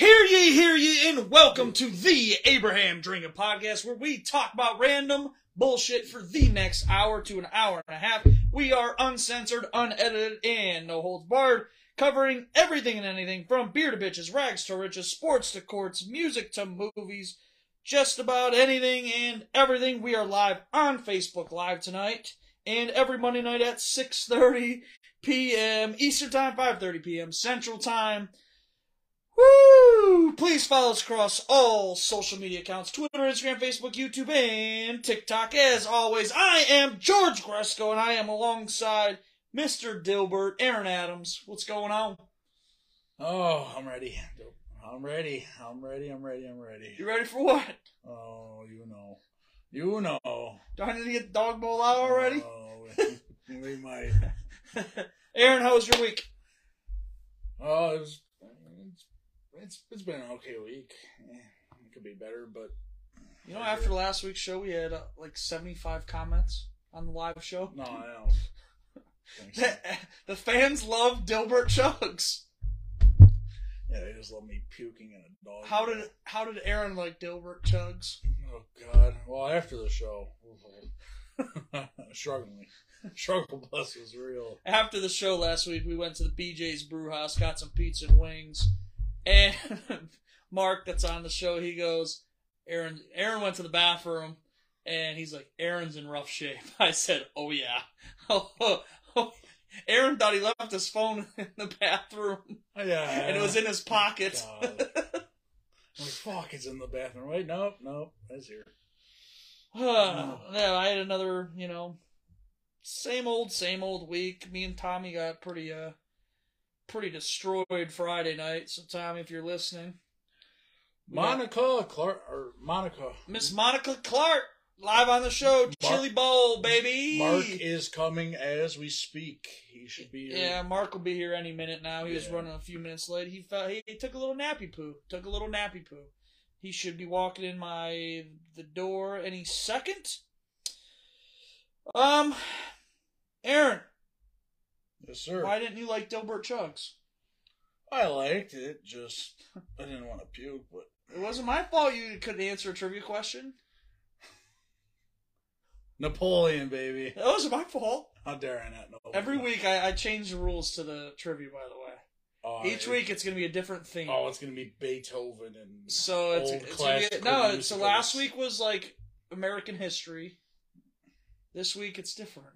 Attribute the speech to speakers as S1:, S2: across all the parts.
S1: ye, hear ye, and welcome to the Abraham Drinking Podcast, where we talk about random bullshit for the next hour to an hour and a half. We are uncensored, unedited, and no holds barred, covering everything and anything from beer to bitches, rags to riches, sports to courts, music to movies, just about anything and everything. We are live on Facebook Live tonight and every Monday night at 6:30 p.m. Eastern Time, 5:30 p.m. Central Time. Woo! Please follow us across all social media accounts Twitter, Instagram, Facebook, YouTube, and TikTok. As always, I am George Gresco, and I am alongside Mr. Dilbert, Aaron Adams. What's going on?
S2: Oh, I'm ready. I'm ready. I'm ready. I'm ready. I'm ready.
S1: You ready for what?
S2: Oh, you know. You know.
S1: Do I need to get the dog bowl out already?
S2: Oh, we might.
S1: Uh, Aaron, how was your week?
S2: Oh, it was, it's, it's, it's been an okay week. Eh, It could be better, but.
S1: You know, after last week's show, we had uh, like 75 comments on the live show.
S2: No, I don't. think so.
S1: the fans love Dilbert Chugs.
S2: Yeah, they just love me puking in a dog.
S1: How did how did Aaron like Dilbert Chugs?
S2: Oh, God. Well, after the show. Struggling. Struggle bus was real.
S1: After the show last week, we went to the BJ's Brew House, got some pizza and wings, and Mark, that's on the show, he goes, Aaron. Aaron went to the bathroom, and he's like, Aaron's in rough shape. I said, Oh yeah. Aaron thought he left his phone in the bathroom,
S2: Yeah.
S1: and it was in his pocket.
S2: God. I'm like, fuck, it's in the bathroom. Wait, nope, nope, that's here.
S1: Uh, yeah, I had another, you know, same old, same old week. Me and Tommy got pretty, uh, pretty destroyed Friday night. So, Tommy, if you're listening, we got
S2: Monica Clark or Monica.
S1: Miss Monica Clark live on the show,
S2: Mark-
S1: Chili Bowl, baby.
S2: Mark is coming as we speak. He should be here.
S1: yeah, Mark will be here any minute now. He was
S2: Yeah.
S1: running a few minutes late. He felt he, he took a little nappy poo. Took a little nappy poo. He should be walking in my the door any second. Um, Aaron.
S2: Yes, sir.
S1: Why didn't you like Dilbert Chugs?
S2: I liked it, just I didn't want to puke, but
S1: It wasn't my fault you couldn't answer a trivia question.
S2: Napoleon, baby.
S1: That wasn't my fault.
S2: How dare I not know?
S1: Every week I, I change the rules to the trivia, by the
S2: Oh,
S1: way. Each
S2: it-
S1: week it's going to be a different theme.
S2: Oh, it's gonna be Beethoven and
S1: so it's,
S2: old
S1: it's gonna be,
S2: classical
S1: no. So
S2: musicals.
S1: last week was like American history. This week it's different.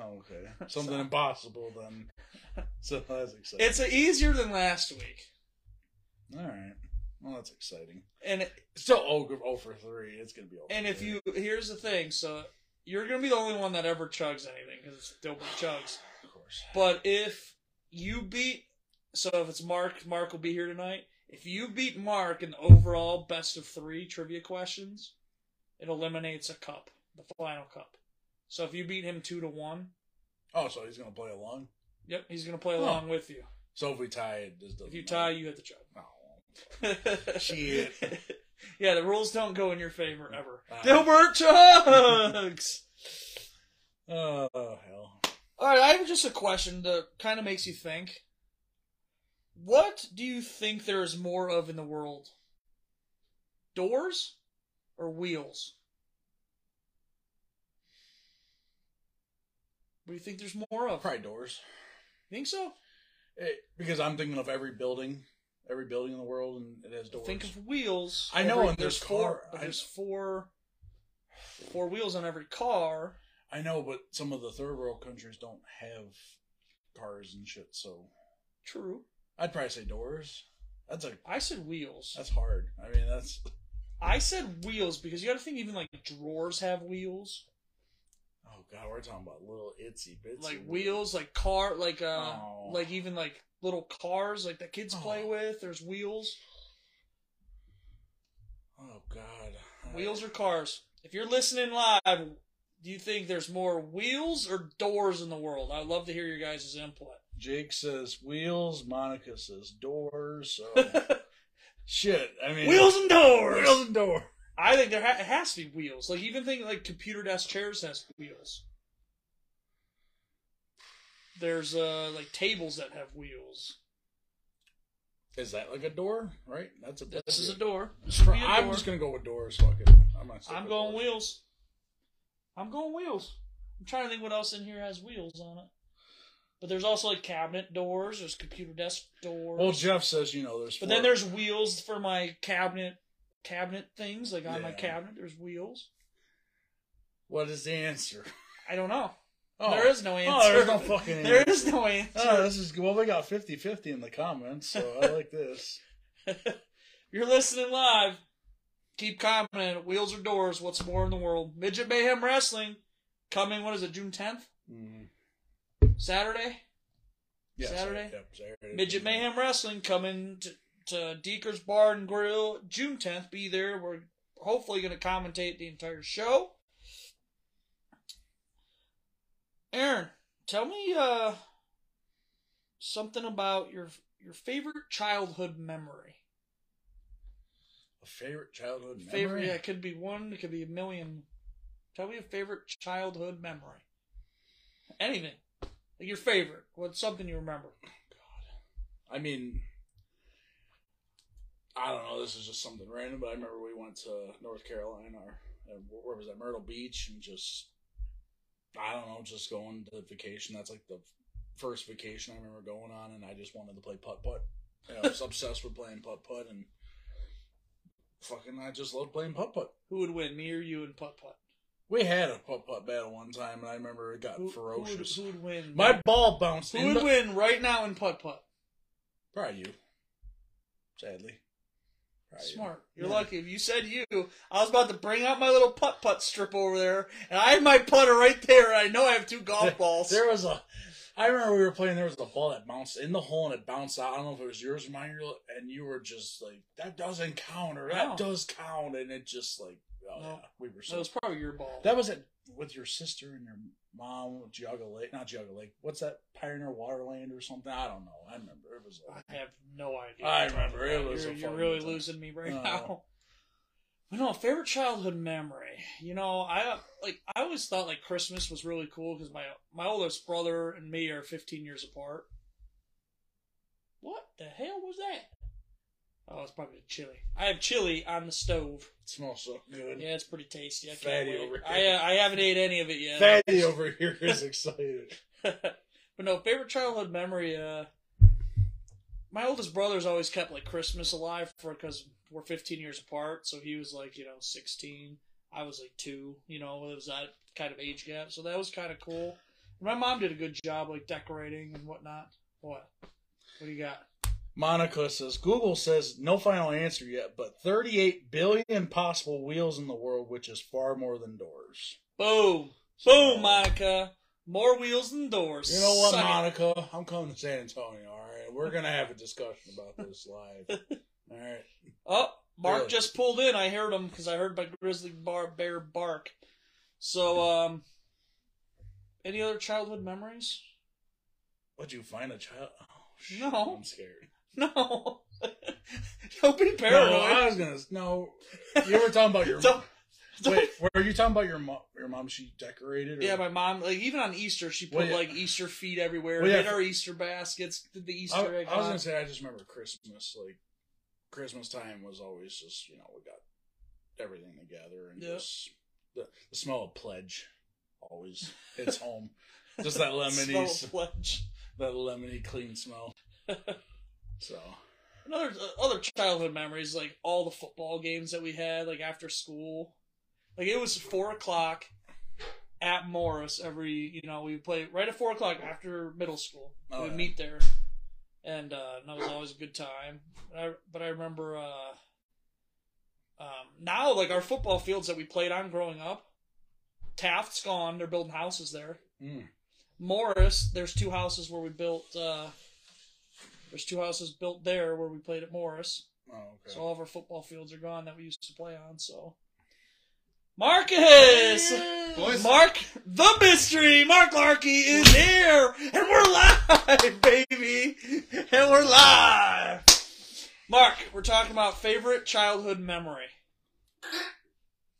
S2: Oh, okay. Something impossible then. So that's exciting.
S1: It's easier than last week,
S2: All right. Well, that's exciting.
S1: and
S2: Still oh, oh for three. It's gonna be over.
S1: and if you here's the thing, so you're going to be the only one that ever chugs anything because it's Dilbert chugs.
S2: of course.
S1: But if you beat, so if it's Mark, Mark will be here tonight. If you beat Mark in the overall best of three trivia questions, it eliminates a cup, the final cup. So if you beat him two to one,
S2: Oh, so he's gonna play along.
S1: yep, he's gonna play
S2: Huh.
S1: along with you.
S2: So if we tie, it just doesn't.
S1: If you tie,
S2: matter.
S1: you have to
S2: Oh.
S1: chug.
S2: Shit.
S1: yeah, the rules don't go in your favor ever.
S2: Ah.
S1: Dilbert chugs.
S2: Oh, hell.
S1: All right, I have just a question that kind of makes you think. What do you think there is more of in the world? Doors or wheels? What do you think there's more of?
S2: Probably doors.
S1: You think so?
S2: Eh, because I'm thinking of every building, every building in the world, and it has doors.
S1: Think of wheels.
S2: I know, and there's
S1: four.
S2: car-
S1: but
S2: I-
S1: There's four. Four wheels on every car.
S2: I know, but some of the third world countries don't have cars and shit, so
S1: True.
S2: I'd probably say doors. That's a
S1: I said wheels.
S2: that's hard. I mean, that's
S1: I said wheels because you got to think even like drawers have wheels.
S2: oh god, we're talking about little itsy bitsy
S1: like wheels, like car, like uh,
S2: Oh.
S1: like even like little cars, like that kids play
S2: Oh.
S1: with. There's wheels.
S2: Oh god,
S1: Wheels or cars? If you're listening live, do you think there's more wheels or doors in the world? I'd love to hear your guys' input.
S2: Jake says wheels. Monica says doors. So shit. I mean,
S1: wheels and doors.
S2: Wheels and door.
S1: I think there ha- it has to be wheels. Like even things like computer desk chairs has wheels. There's uh like tables that have wheels.
S2: Is that like a door? Right? That's a.
S1: This is a door. This should
S2: door.
S1: be a
S2: I'm
S1: door.
S2: just gonna go with doors. Fuck it. I'm not. sticking
S1: I'm
S2: with
S1: going
S2: doors.
S1: wheels. I'm going wheels. I'm trying to think what else in here has wheels on it. But there's also like cabinet doors. There's computer desk doors.
S2: Well, Jeff says you know there's.
S1: but
S2: four-
S1: then there's wheels for my cabinet cabinet things. Like on my
S2: Yeah.
S1: cabinet, there's wheels.
S2: What is the answer?
S1: I don't know.
S2: Oh.
S1: There is no answer.
S2: Oh, there's no fucking
S1: There
S2: answer.
S1: is no answer.
S2: Oh, this is well. We got 50-50 in the comments, so I like this. Oh.
S1: You're listening live. Keep commenting. Wheels or doors? What's more in the world? Midget Mayhem Wrestling coming. What is it? June 10th,
S2: Mm.
S1: Saturday.
S2: Yeah, so-
S1: Saturday?
S2: yep, Saturday.
S1: Midget Mayhem Wrestling coming to, to Deeker's Bar and Grill June 10th. Be there. We're hopefully going to commentate the entire show. Aaron, tell me uh, something about your your favorite childhood memory.
S2: A favorite childhood memory.
S1: Favorite? Yeah, it could be one. It could be a million. Tell me a favorite childhood memory. Anything. Like your favorite. What's something you remember?
S2: I mean, I don't know. This is just something random, but I remember we went to North Carolina, or uh, where was that? Myrtle Beach, and just I don't know, just going to vacation. That's like the first vacation I remember going on, and I just wanted to play putt putt. You know, I was obsessed with playing putt putt, and fucking, I just loved playing putt putt.
S1: Who would win, me or you, and putt putt?
S2: We had a putt putt battle one time, and I remember it got
S1: Who, who would,
S2: ferocious.
S1: who would win?
S2: My ball bounced.
S1: who
S2: in
S1: would
S2: the-
S1: win right now in putt putt?
S2: Probably you. Sadly. Probably you.
S1: Smart. You're
S2: Yeah.
S1: lucky. If you said you, I was about to bring out my little putt putt strip over there, and I have my putter right there. and I know I have two golf balls.
S2: There was a. I remember we were playing. There was a ball that bounced in the hole and it bounced out. I don't know if it was yours or mine, you're like- and you were just like, "That doesn't count," or "That
S1: No.
S2: does count," and it just like, oh
S1: No.
S2: yeah, we were
S1: that
S2: so.
S1: was probably your ball.
S2: That was it with your sister and your mom, Geauga Lake, not Geauga Lake. What's that? Pioneer Waterland or something? I don't know. I remember it was.
S1: I
S2: Like,
S1: have no idea.
S2: I
S1: what you're talking
S2: remember. It
S1: about.
S2: was a
S1: You're, you're
S2: fun
S1: really
S2: time. Uh,
S1: losing me right
S2: No.
S1: now. But no, favorite childhood memory. You know, I like. I always thought like Christmas was really cool because my my oldest brother and me are 15 years apart. What the hell was that? Oh, it's probably the chili. I have chili on the stove.
S2: it smells so good.
S1: Yeah, it's pretty tasty. I can't
S2: Fatty
S1: wait.
S2: over here.
S1: I I haven't ate any of it yet.
S2: Fatty over here is excited.
S1: but no, favorite childhood memory. Uh, my oldest brother's always kept like Christmas alive for because we're 15 years apart, so he was like you know 16, I was like two, you know, it was that kind of age gap, so that was kind of cool. My mom did a good job like decorating and whatnot. What? What do you got?
S2: Monica says Google says no final answer yet, but 38 billion possible wheels in the world, which is far more than doors.
S1: Boom, boom, Monica. More wheels than doors.
S2: You know what,
S1: Suck it.
S2: Monica? I'm coming to San Antonio. All right, we're gonna have a discussion about this live. All right,
S1: Oh, Mark
S2: Really?
S1: just pulled in. I heard him because I heard my grizzly bar bear bark. So, um, any other childhood memories?
S2: would you find a child? Oh, shit,
S1: No.
S2: I'm scared.
S1: No. Don't be
S2: No,
S1: paranoid.
S2: I was gonna. No, you were talking about your.
S1: Don't- don't-
S2: wait, were you talking about your mom? Your mom? She decorated. Or,
S1: yeah, my mom. Like even on Easter, she put
S2: Well, yeah.
S1: like Easter feet everywhere.
S2: Well, yeah.
S1: Did our Easter baskets? Did the
S2: I,
S1: Easter egg?
S2: I was gonna
S1: hunt.
S2: say I just remember Christmas. Like Christmas time was always just you know we got everything together and
S1: Yeah.
S2: just the, the smell of pledge always hits home. Just that
S1: Smell
S2: lemony,
S1: of pledge.
S2: that lemony clean smell. so
S1: Another uh, other childhood memories, like all the football games that we had, like after school. Like it was four o'clock at Morris every you know, we would play right at four o'clock after middle school.
S2: Oh,
S1: we would
S2: yeah.
S1: meet there. And uh and that was always a good time. And I but I remember uh um now like our football fields that we played on growing up, Taft's gone, they're building houses there.
S2: mm,
S1: Morris, there's two houses where we built uh there's two houses built there where we played at Morris.
S2: oh, okay.
S1: So all of our football fields are gone that we used to play on. So Marcus,
S3: Boys.
S1: Mark the mystery, Mark Larkey is here, and we're live, baby, and we're live. Mark, we're talking about favorite childhood memory.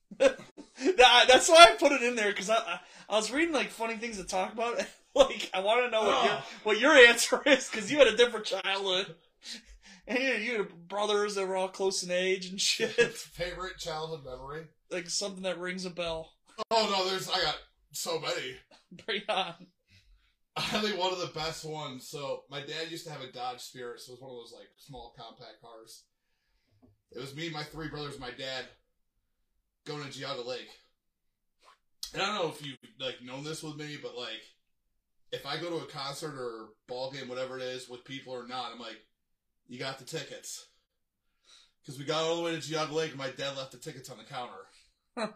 S1: That- that's why I put it in there because I, I I was reading like funny things to talk about. Like I want to know what your
S2: Oh.
S1: what your answer is because you had a different childhood. And you know, you had brothers that were all close in age and shit.
S3: Favorite childhood memory?
S1: like something that rings a bell.
S3: Oh no, there's I got so many.
S1: Bring it on.
S3: I think one of the best ones. So my dad used to have a Dodge Spirit, so it was one of those like small compact cars. It was me, my three brothers, my dad, going to Geauga Lake. And I don't know if you like know this with me, but like if I go to a concert or ball game, whatever it is, with people or not, I'm like, you got the tickets. Because we got all the way to Geauga Lake, and my dad left the tickets on the counter.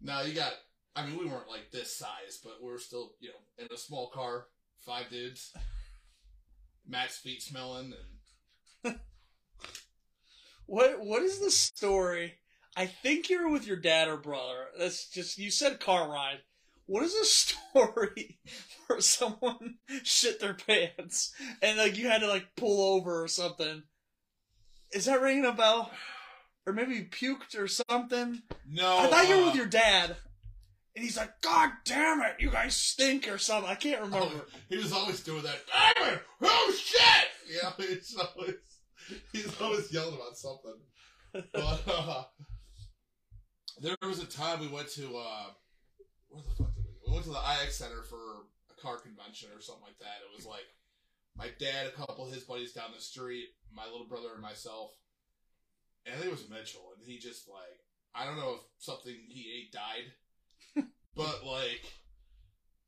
S3: now you got I mean, we weren't like this size, but we were still, you know, in a small car, five dudes, Matt's feet smelling, and
S1: What what is the story? I think you're with your dad or brother. That's just you said car ride. What is a story where someone shit their pants and like you had to like pull over or something? Is that ringing a bell? Or maybe you puked or something?
S3: no,
S1: I thought you were
S3: uh,
S1: with your dad, and he's like, "God damn it, you guys stink" or something. I can't remember.
S3: He was always doing that. Diamond, oh shit! Yeah, he's always he's always yelling about something. But uh, there was a time we went to uh, where the fuck did we? go? We went to the IX Center for a car convention or something like that. It was like my dad, a couple of his buddies down the street, my little brother, and myself. And I think it was Mitchell, and he just like I don't know if something he ate died, but like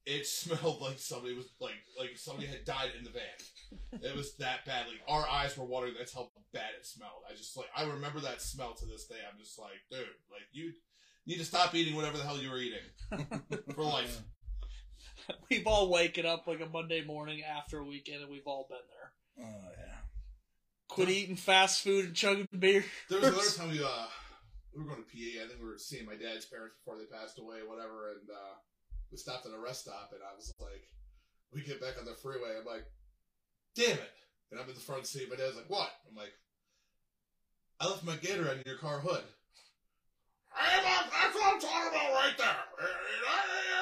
S3: it smelled like somebody was like like somebody had died in the van. It was that bad. Like our eyes were watering. That's how bad it smelled. I just like I remember that smell to this day. I'm just like, dude, like you need to stop eating whatever the hell you were eating for life.
S1: We've all waken up like a Monday morning after a weekend, and we've all been there.
S2: Oh yeah.
S1: Quit eating fast food and chugging beer.
S3: There was another time we uh we were going to PA. I think we were seeing my dad's parents before they passed away, whatever, and uh we stopped at a rest stop, and I was like, we get back on the freeway. I'm like, damn it! And I'm in the front seat. My dad's like, what? I'm like, I left my gator on your car hood. Hey, Mark, that's what I'm talking about right there.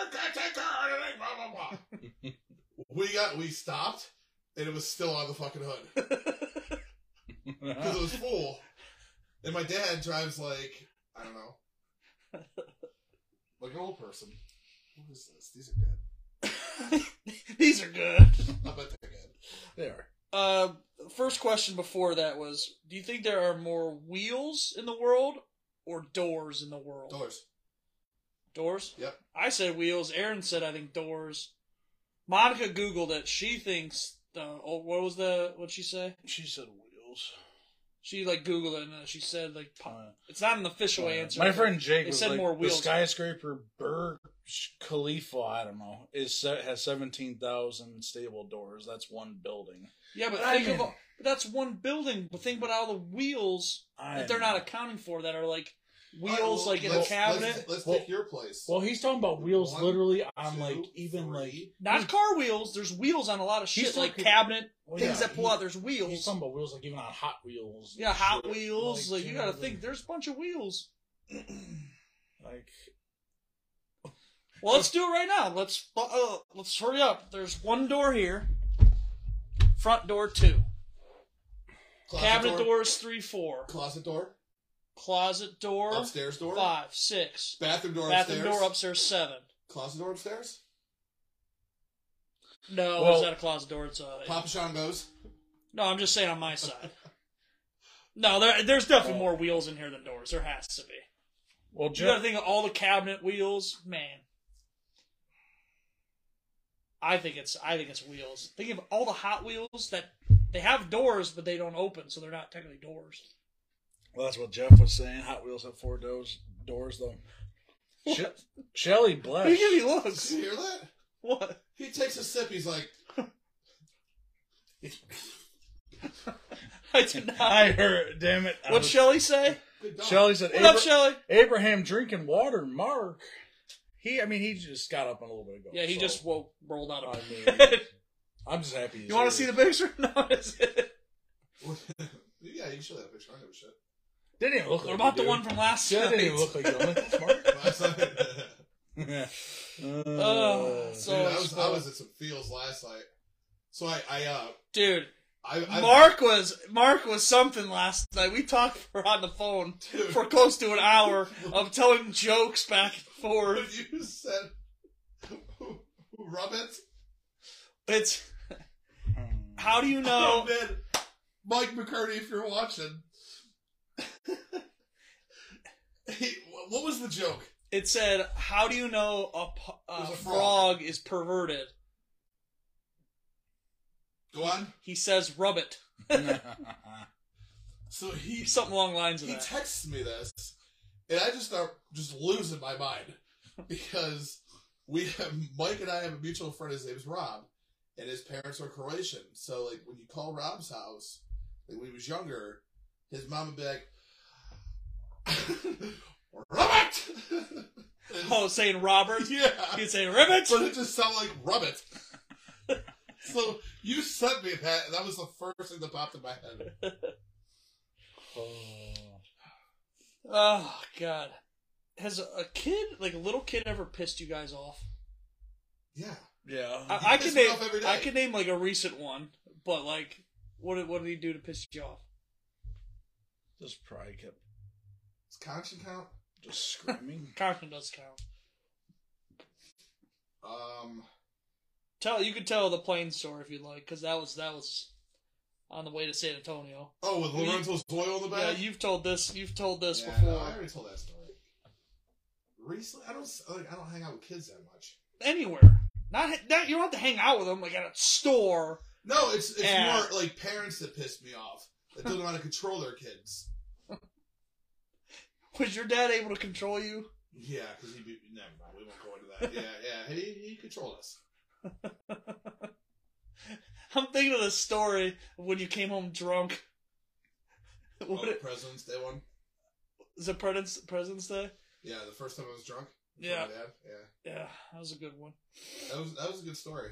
S3: You can't take care of anything. Blah blah blah. we got we stopped, and it was still on the fucking hood because it
S2: Ah.
S3: was full. And my dad drives like I don't know, like an old person. What is this? These are good.
S1: These are good.
S3: I bet they're good.
S2: they are.
S1: Uh, first question before that was: Do you think there are more wheels in the world or doors in the world?
S3: Doors.
S1: Doors?
S3: Yep.
S1: I said wheels. Aaron said I think doors. Monica googled it. She thinks the oh, what was the what she say?
S2: She said wheels.
S1: She like googled it and uh, she said like po- it's not an official answer.
S2: uh, My friend Jake
S1: They
S2: was
S1: said
S2: like,
S1: more wheels.
S2: the skyscraper Burj Khalifa, I don't know, is se- has seventeen thousand stable doors. That's one building.
S1: Yeah, but
S2: I
S1: think of
S2: mean-
S1: all, but that's one building. But think about all the wheels
S2: I
S1: that they're not
S2: know.
S1: accounting for that are like
S3: All right,
S1: wheels
S3: well,
S1: like in a
S3: let's-
S1: cabinet.
S3: Let's, let's
S2: Well-
S3: take your place.
S2: Well, he's talking about wheels
S3: One,
S2: literally on
S3: Two,
S2: like even like
S3: three.
S1: Not car wheels. There's wheels on a lot of
S2: He's
S1: shit, like
S2: talking-
S1: cabinet
S2: well,
S1: things
S2: yeah,
S1: that pull
S2: he-
S1: out. There's
S2: He's
S1: wheels.
S2: talking about wheels like even on Hot Wheels. and
S1: Yeah, Hot
S2: shit.
S1: Wheels. Like, you gotta
S2: know,
S1: think. There's a bunch of wheels.
S2: Like
S1: Well, let's do it right now. Let's bu- uh, let's hurry up. There's one door here. Front door two.
S3: Closet
S1: Cabinet
S3: door,
S1: doors three four.
S3: Closet door.
S1: Closet door
S3: Upstairs door.
S1: five six.
S3: Bathroom door
S1: Bathroom
S3: upstairs.
S1: door upstairs seven.
S3: Closet door upstairs.
S1: No,
S2: Well-
S1: it's not a closet door. It's a.
S3: Papa Sean goes.
S1: No, I'm just saying on my side. No, there, there's definitely
S2: Well-
S1: more wheels in here than doors. There has to be.
S2: well,
S1: You gotta
S2: Jeff,
S1: think of all the cabinet wheels, man. I think it's I think it's wheels. Think of all the Hot Wheels that they have doors, but they don't open, so they're not technically doors.
S2: well, that's what Jeff was saying. Hot Wheels have four doors. Doors though. She- Shelly
S1: Who
S2: Blesh.
S1: give you
S3: Did
S1: looks?
S3: you hear that?
S1: What?
S3: He takes a sip. He's like,
S1: I did not.
S2: I heard. Damn it. I
S1: What'd
S2: was-
S1: Shelly say?
S3: good dog.
S2: Shelly said.
S1: What up,
S2: "Abra-
S1: Shelly?
S2: Abraham drinking water, Mark. He, I mean, he just got up a little bit ago.
S1: Yeah, he
S2: so,
S1: just woke, rolled out
S2: I
S1: of
S2: mean,
S1: bed.
S2: I'm just happy.
S1: you want to see the picture? No, it's it.
S3: yeah, you show that picture. I don't give a shit.
S2: Didn't even look.
S1: What
S2: like
S1: about the
S2: dude.
S1: one from last
S2: Yeah, it didn't
S1: night?
S2: even look like you. I'm like, "That's Mark."
S3: Last night-
S2: Uh,
S1: so- Oh.
S3: Dude, I was I was at some fields last night. So I I uh
S1: Dude,
S3: I, I
S1: Mark was Mark was something last night. We talked for, on the phone
S3: dude,
S1: for close to an hour of telling jokes back and
S3: when
S1: forth.
S3: you said rub it.
S1: It's how do you know?
S3: Oh, man. Mike McCurdy, if you're watching. he, what was the joke?
S1: It said, "How do you know a, p- a
S3: It was a frog.
S1: frog is perverted?"
S3: Go on.
S1: He says, "Rub it."
S3: So he
S1: Something along the lines of
S3: he
S1: that.
S3: texts me this, and I just start just losing my mind because we have Mike and I have a mutual friend. His name's Rob, and his parents are Croatian. So like when you call Rob's house, like when he was younger, his mom would be like, "Robert."
S1: oh, saying Robert.
S3: yeah.
S1: He'd say, "Ribbit."
S3: But it just sounded like rubbit. so you sent me that, and that was the first thing that popped in my head.
S1: Oh God. Has a kid, like a little kid, ever pissed you guys off?
S3: Yeah.
S2: yeah.
S1: I, I can
S3: He pissed me
S1: name,
S3: off every
S1: I
S3: day.
S1: can name like a recent one, but like, what did what did he do to piss you off?
S2: just probably kept
S3: Does conction count?
S2: just screaming.
S1: Conklin does count.
S3: Um,
S1: Tell you could tell the plane story if you'd like, because that was that was on the way to San Antonio.
S3: oh, with Lorenzo's oil in the
S1: Yeah,
S3: back?
S1: you've told this you've told this
S3: Yeah,
S1: before.
S3: no, I already told that story. Recently, I don't s- like, I don't hang out with kids that much.
S1: Anywhere, not not you don't have to hang out with them like at a store.
S3: No, it's it's
S1: Yeah.
S3: more like parents that piss me off that don't know how to control their kids.
S1: Was your dad able to control you?
S3: Yeah, because he be, never mind. We won't go into that. Yeah, yeah, he he controlled us.
S1: I'm thinking of the story of when you came home drunk.
S3: Oh,
S1: What it,
S3: President's Day one.
S1: is it President's, President's Day?
S3: Yeah, the first time I was drunk. with
S1: Yeah.
S3: my dad. yeah.
S1: Yeah, that was a good one.
S3: That was that was a good story.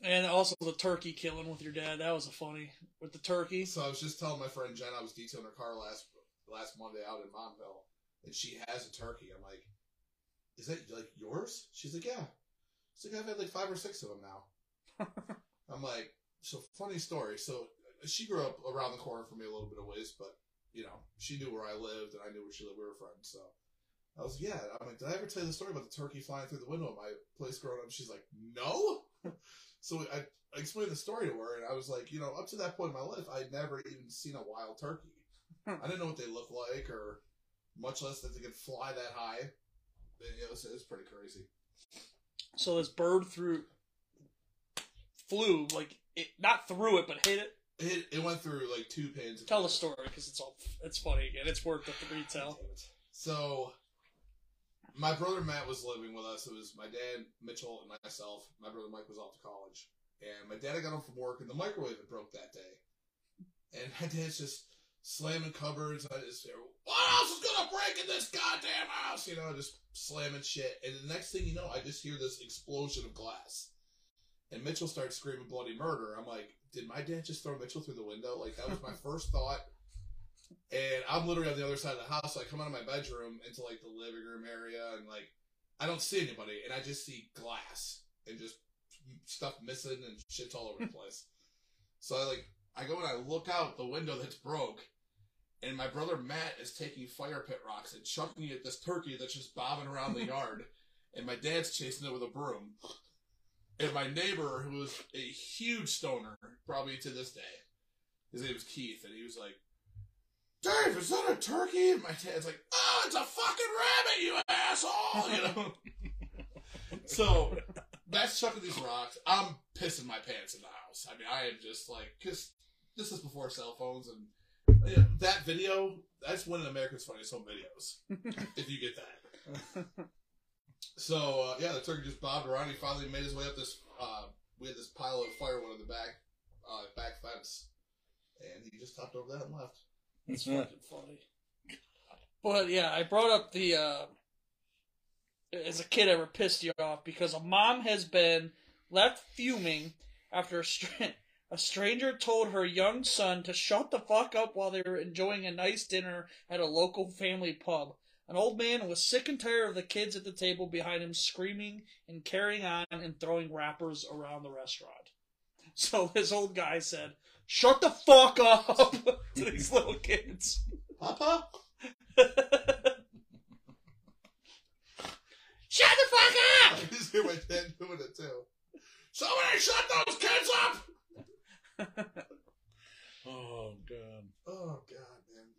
S1: And also the turkey killing with your dad. That was a funny with the turkey.
S3: So I was just telling my friend Jen I was detailing her car last last Monday out in Montville, and she has a turkey. I'm like, is that like yours? She's like, yeah. She's like, I've had like five or six of them now. I'm like, so funny story. So she grew up around the corner from me a little bit of ways, but you know, she knew where I lived and I knew where she lived. We were friends, so. I was yeah. I'm like, did I ever tell you the story about the turkey flying through the window of my place growing up? She's like, no. so I I explained the story to her, and I was like, you know, up to that point in my life, I'd never even seen a wild turkey.
S1: Hmm.
S3: I didn't know what they look like, or much less that they could fly that high. It was, it was pretty crazy.
S1: So this bird through flew like it, not through it, but hit it.
S3: It, it went through like two pins. of
S1: Tell the
S3: glass.
S1: story because it's all it's funny again. It's worth the
S3: Damn
S1: retell.
S3: it. So, my brother Matt was living with us. It was my dad, Mitchell, and myself. My brother Mike was off to college. And my dad had got home from work, and the microwave had broke that day. And my dad's just slamming cupboards. I just hear, what else is going to break in this goddamn house? You know, just slamming shit. And the next thing you know, I just hear this explosion of glass. And Mitchell starts screaming bloody murder. I'm like, did my dad just throw Mitchell through the window? Like, that was my first thought. And I'm literally on the other side of the house. So I come out of my bedroom into like the living room area, and like I don't see anybody, and I just see glass and just stuff missing and shit's all over the place. So I like I go and I look out the window that's broke, and my brother Matt is taking fire pit rocks and chucking it at this turkey that's just bobbing around the yard, and my dad's chasing it with a broom. And my neighbor, who was a huge stoner, probably to this day, his name was Keith, and he was like, Dave, is that a turkey? And my dad's like, oh, it's a fucking rabbit, you asshole! You know? so, that's chucking these rocks. I'm pissing my pants in the house. I mean, I am just like, because this is before cell phones, and you know, that video, that's one of America's Funniest Home Videos, if you get that. So uh, yeah, the turkey just bobbed around. He finally made his way up this. Uh, we had this pile of firewood on the back uh, back fence, and he just hopped over that and left.
S1: It's fucking funny. But yeah, I brought up the uh as a kid ever pissed you off because a mom has been left fuming after a, str- a stranger told her young son to shut the fuck up while they were enjoying a nice dinner at a local family pub. An old man was sick and tired of the kids at the table behind him screaming and carrying on and throwing wrappers around the restaurant. So this old guy said, Shut the fuck up to these little kids.
S3: Papa?
S1: Shut the fuck
S3: I just hear my dad doing it too. Somebody shut those kids up!
S2: Oh god.
S3: Oh god, man.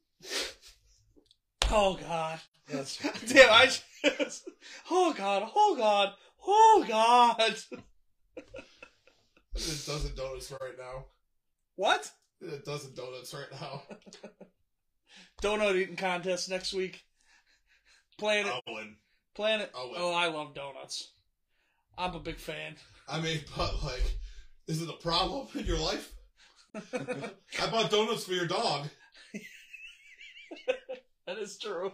S1: Oh god.
S2: That's
S1: Damn, I just. Oh god, oh god, oh god.
S3: I did a dozen donuts right now.
S1: What?
S3: I did a dozen donuts right now.
S1: Donut eating contest next week. Planet,
S3: I'll win.
S1: planet.
S3: I'll win.
S1: Oh, I love donuts. I'm a big fan.
S3: I mean, but like, is it a problem in your life? I bought donuts for your dog.
S1: That is true.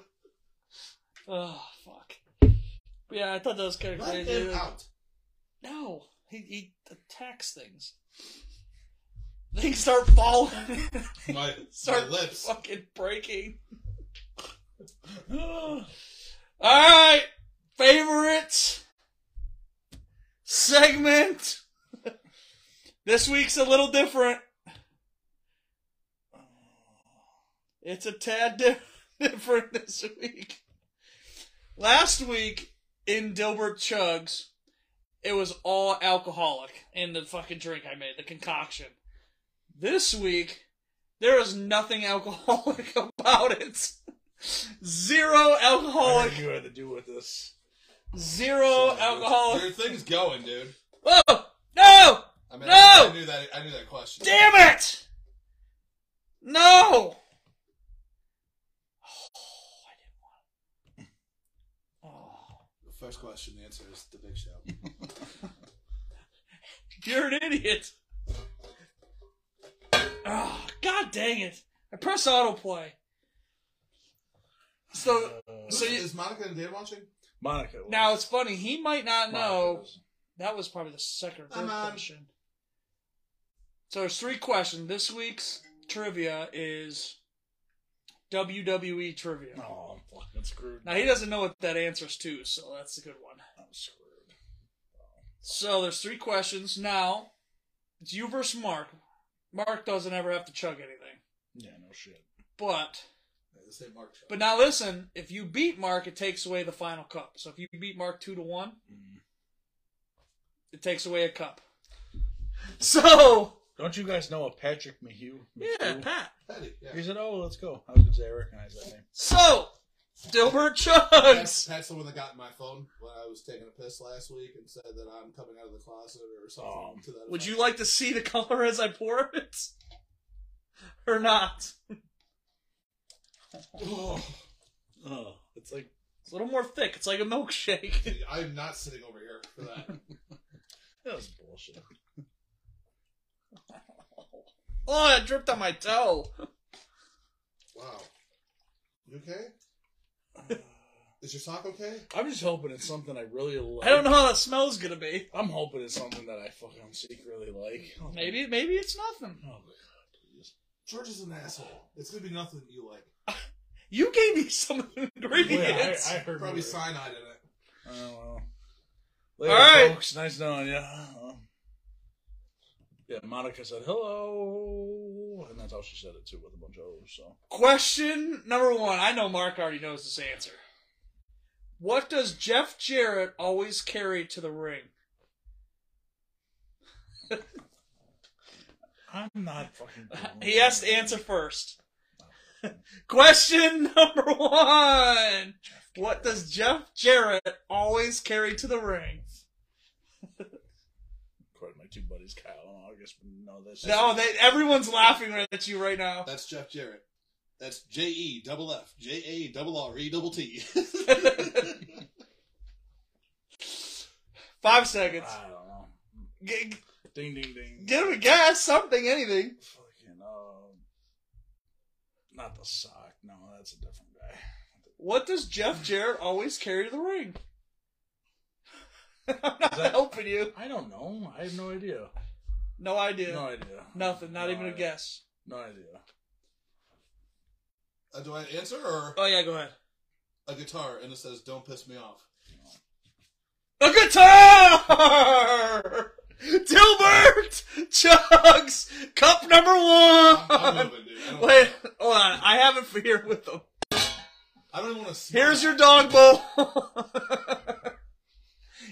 S1: Oh fuck. But yeah, I thought that was kind of
S3: Let
S1: crazy.
S3: him out.
S1: No, he he attacks things. Things start falling,
S3: My, my
S1: Start-
S3: lips.
S1: fucking breaking. All right, favorite segment. this week's a little different. It's a tad di- different this week. Last week in Dilbert Chugs, it was all alcoholic in the fucking drink I made, the concoction. This week, there is nothing alcoholic about it. Zero
S2: I
S1: alcoholic.
S2: knew you had to do with this.
S1: Zero alcoholic.
S3: Your thing's going, dude.
S1: Whoa! No!
S3: I mean,
S1: No!
S3: I, I knew that. I knew that question.
S1: Damn it! No! Oh, I didn't want it. Oh.
S3: The first question, the answer is the big show.
S1: You're an idiot. Oh, God dang it. I press autoplay. So
S2: Uh,
S1: So you-
S3: is Monica and Dan watching?
S2: Monica.
S1: now it's funny. He might not know.
S2: Monica's.
S1: That was probably the second or
S3: I'm
S1: third
S3: on.
S1: question. So there's three questions. This week's trivia is WWE trivia.
S2: Oh, I'm fucking screwed.
S1: Now he doesn't know what that answers to, so that's a good one.
S2: I'm screwed.
S1: So there's three questions. Now it's you versus Mark. Mark doesn't ever have to chug anything.
S2: Yeah, no shit.
S1: But
S3: This ain't Mark.
S1: but now listen, if you beat Mark, it takes away the final cup. So if you beat Mark two to one,
S2: Mm.
S1: it takes away a cup. So
S2: Don't you guys know a Patrick Mahue?
S1: Yeah,
S2: Mahue?
S1: Pat.
S3: Petty. Yeah.
S2: He said, "Oh, let's go." I was gonna say I recognize that name.
S1: So, Dilbert
S3: That's,
S1: Chugs.
S3: that's the one that got in my phone when I was taking a piss last week and said that I'm coming out of the closet or something
S2: Oh.
S3: to that.
S1: Would
S3: effect.
S1: you like to see the color as I pour it? Or not?
S2: Oh, it's like
S1: It's a little more thick. It's like a milkshake.
S3: I'm not sitting over here for that.
S2: that was bullshit.
S1: Oh, it dripped on my toe.
S3: Wow. You okay? Is your sock okay?
S2: I'm just hoping it's something I really like.
S1: I don't know how that smell's gonna be.
S2: I'm hoping it's something that I fucking secretly like. Oh,
S1: Maybe, maybe it's nothing.
S2: Oh, God, please.
S3: George is an asshole. It's gonna be nothing that you like.
S1: You gave me some of the
S2: Wait,
S1: ingredients.
S2: I, I heard.
S3: Probably
S2: we were-
S3: cyanide in it.
S2: Oh well. Later,
S1: All right.
S2: folks. Nice knowing you. Um, Yeah, Monica said hello, and that's how she said it too, with a bunch of O's. So
S1: Question number one. I know Mark already knows this answer. What does Jeff Jarrett always carry to the ring?
S2: I'm not fucking.
S1: Uh, He has to answer first. Question number one. What does Jeff Jarrett always carry to the ring?
S2: Quite my two buddies, Kyle and August. but No, this.
S1: No, they, everyone's laughing right at you right now.
S3: That's Jeff Jarrett. That's J E double F J A double R E double T.
S1: Five seconds.
S2: I don't know.
S1: G- g-
S2: Ding, ding, ding.
S1: give him a guess, something, anything.
S2: Fucking. Uh, not the sock. No, that's a different guy.
S1: What does Jeff Jarrett always carry to the ring? I'm not
S2: Is that-
S1: helping you.
S2: I don't know. I have no idea.
S1: No idea.
S2: No idea.
S1: Nothing. Not
S2: No
S1: even a
S2: idea.
S1: guess.
S2: No idea.
S3: Uh, do I answer or
S1: Oh yeah, go ahead.
S3: a guitar and it says "Don't piss me off"?
S1: A guitar. Dilbert chugs cup number
S3: I'm,
S1: one.
S3: I'm moving, dude. I don't,
S1: Wait, hold on. I have it for here with them.
S3: I don't even want to.
S1: Here's your dog bowl.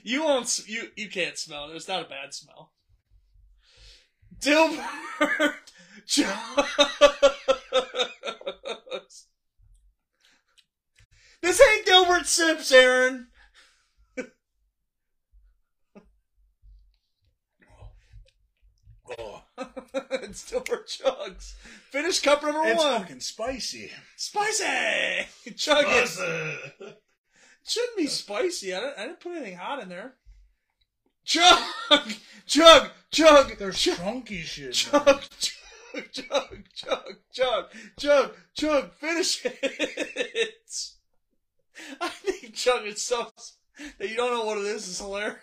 S1: you won't. s- You you can't smell it. It's not a bad smell. Dilbert chugs. This ain't Dilbert sips, Aaron.
S2: Oh,
S1: it's Dilbert chugs. Finish cup number
S2: it's
S1: one.
S2: fucking spicy.
S1: Spicy! Chug it.
S3: Listen.
S1: Shouldn't be spicy. I didn't, I didn't put anything hot in there. Chug! Chug! Chug!
S2: There's
S1: chug,
S2: chunky shit. man.
S1: chug! Chug! Chug! Chug! Chug! Chug! Chug! Finish it! I think chug is stuff that you don't know what it is. It's hilarious.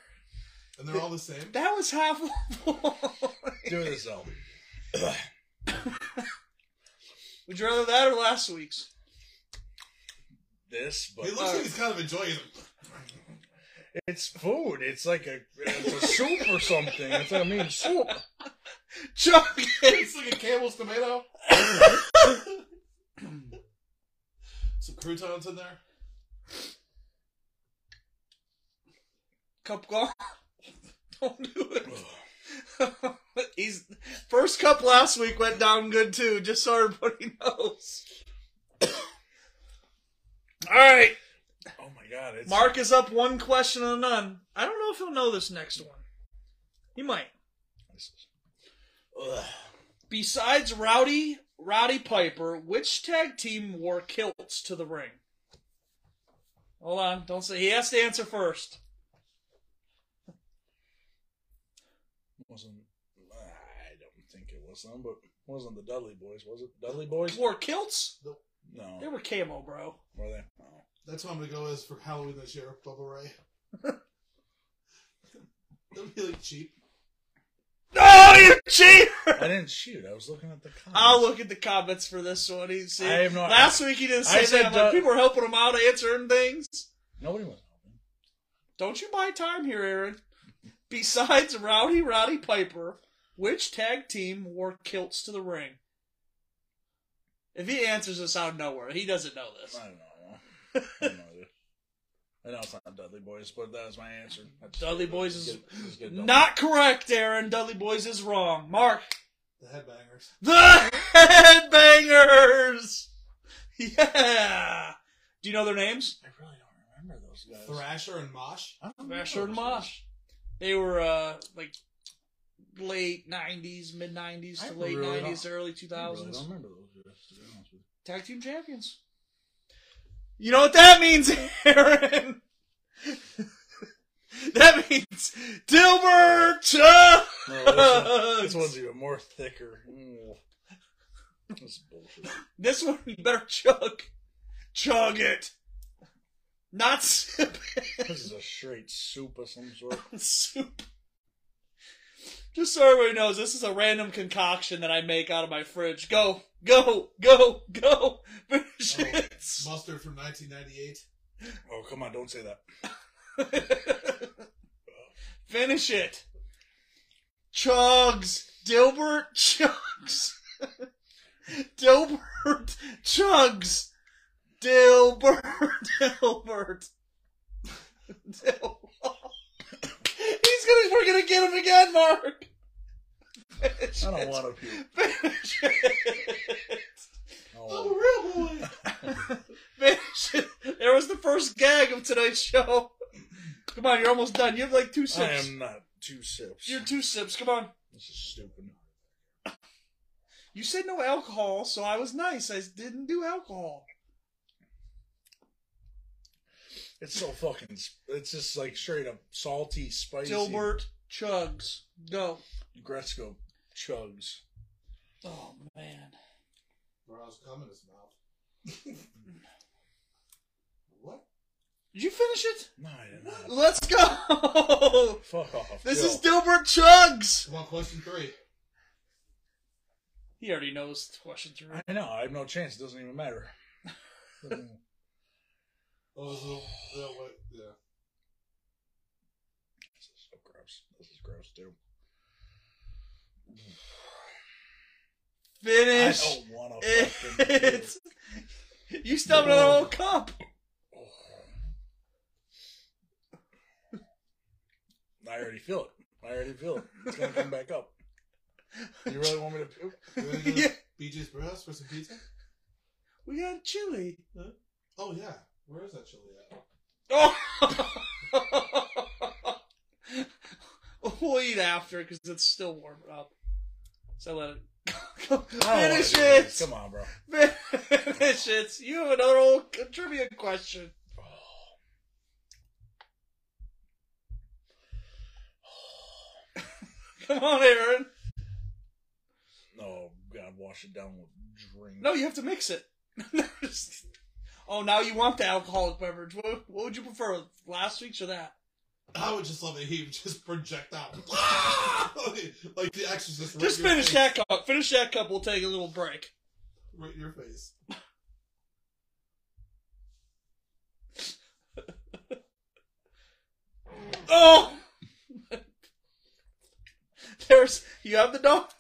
S3: And they're all the same.
S1: That was half
S2: Do this though.
S1: Would you rather that or last week's?
S2: This, but
S3: He looks like he's kind of enjoying it.
S2: it's food. It's like a it's a soup or something. That's what I mean. Soup.
S1: Chug it!
S3: It's like a Campbell's tomato. Some croutons in there.
S1: Cup gone. Don't do it. He's first cup last week went down good too, just so everybody knows. All right,
S2: Oh my god! It's
S1: Mark is up one question on none. I don't know if he'll know this next one. He might.
S2: Ugh.
S1: Besides Rowdy, Rowdy Piper, which tag team wore kilts to the ring? Hold on, don't say he has to answer first.
S2: wasn't. I don't think it was them, but wasn't the Dudley Boys? Was it Dudley Boys?
S1: Wore kilts?
S2: No.
S1: They were camo, bro.
S2: Were they? Oh.
S3: That's what I'm gonna go as for Halloween this year. Double Ray. That'd be like cheap.
S2: Oh,
S1: No, you cheater!
S2: I didn't shoot. I was looking at the comments.
S1: I'll look at the comments for this one. He see,
S2: I have no-
S1: last week he didn't
S2: I
S1: say
S2: said,
S1: that. I'm
S2: uh,
S1: like, people were helping him out answering things.
S2: Nobody was helping.
S1: Don't you buy time here, Aaron. Besides Rowdy Roddy Piper, which tag team wore kilts to the ring? If he answers this out of nowhere, he doesn't know this.
S2: I don't know. I don't know. either. I know it's not Dudley Boys, but that was my answer. That's-
S1: Dudley Boys is
S2: Just get- just get Dudley.
S1: not correct, Aaron. Dudley Boys is wrong. Mark,
S3: The headbangers.
S1: the Headbangers! Yeah! Do you know their names?
S2: I really don't remember those guys.
S3: Thrasher and Mosh.
S2: I don't remember
S1: Thrasher and
S2: those guys.
S1: Mosh. They were uh like late nineties, mid nineties
S2: I
S1: to late
S2: really
S1: nineties,
S2: don't-
S1: early two
S2: I really
S1: thousands.
S2: don't remember those guys. To be honest with you.
S1: Tag team champions. You know what that means, Aaron? that means Dilbert Chuck.
S2: No, this, one- this one's even more thicker. Mm. This is bullshit.
S1: This one you better chug. Chug it. Not sip it.
S2: This is a straight soup of some sort.
S1: soup. Just so everybody knows, this is a random concoction that I make out of my fridge. Go, go, go, go. Finish
S3: Oh.
S1: it.
S3: Mustard from 1998.
S2: Oh, come on, don't say that.
S1: Finish it. Chugs. Dilbert Chugs. Dilbert Chugs. Dilbert. Dilbert. Dil- He's gonna. We're gonna get him again, Mark. Finish
S2: I
S1: it.
S2: don't want to puke.
S1: Finish it.
S2: Oh,
S3: a real boy.
S1: Finish it. There was the first gag of tonight's show. Come on, you're almost done. You have like two
S2: I
S1: sips.
S2: am not two sips.
S1: You're two sips. Come on.
S2: This is stupid.
S1: You said no alcohol, so I was nice. I didn't do alcohol.
S2: It's so fucking. sp- It's just like straight up salty, spicy.
S1: Dilbert chugs. Go.
S2: Gretzko chugs.
S1: Oh man.
S3: Where I was coming his mouth. what?
S1: Did you finish it?
S2: No, I did not.
S1: Let's go.
S2: Fuck off.
S1: This
S2: Go.
S1: is Dilbert chugs.
S3: Come on, question three.
S1: He already knows the question three.
S2: I know. I have no chance. It doesn't even matter.
S3: Oh, this is a- yeah, what- yeah.
S2: This is so gross. This is gross too. I
S1: Finish
S2: don't want to fucking. do
S1: it. You stubbed another whole cup.
S2: Oh. it. I already feel it. I already feel it. It's gonna come back up. You really want me to puke?
S3: You wanna go to
S1: Yeah,
S3: BJ's Breakhouse for some pizza?
S1: we got chili.
S3: Oh yeah. Where is that chili at?
S1: Oh. we'll eat after because it's still warm up. So let it
S2: I don't wanna
S1: finish
S2: do this.
S1: it.
S2: Come on, bro.
S1: Finish it. You have another old trivia question.
S2: Oh,
S1: Come on, Aaron.
S2: No, God, wash it down with drink.
S1: No, you have to mix it. Just- oh, now you want the alcoholic beverage. What, what would you prefer, last week's or that?
S3: I would just love it. He would just project out like the Exorcist. right
S1: Just
S3: in your
S1: finish
S3: face.
S1: that cup. Finish that cup. We'll take a little break.
S3: Right in your face.
S1: Oh! There's. You have the dog.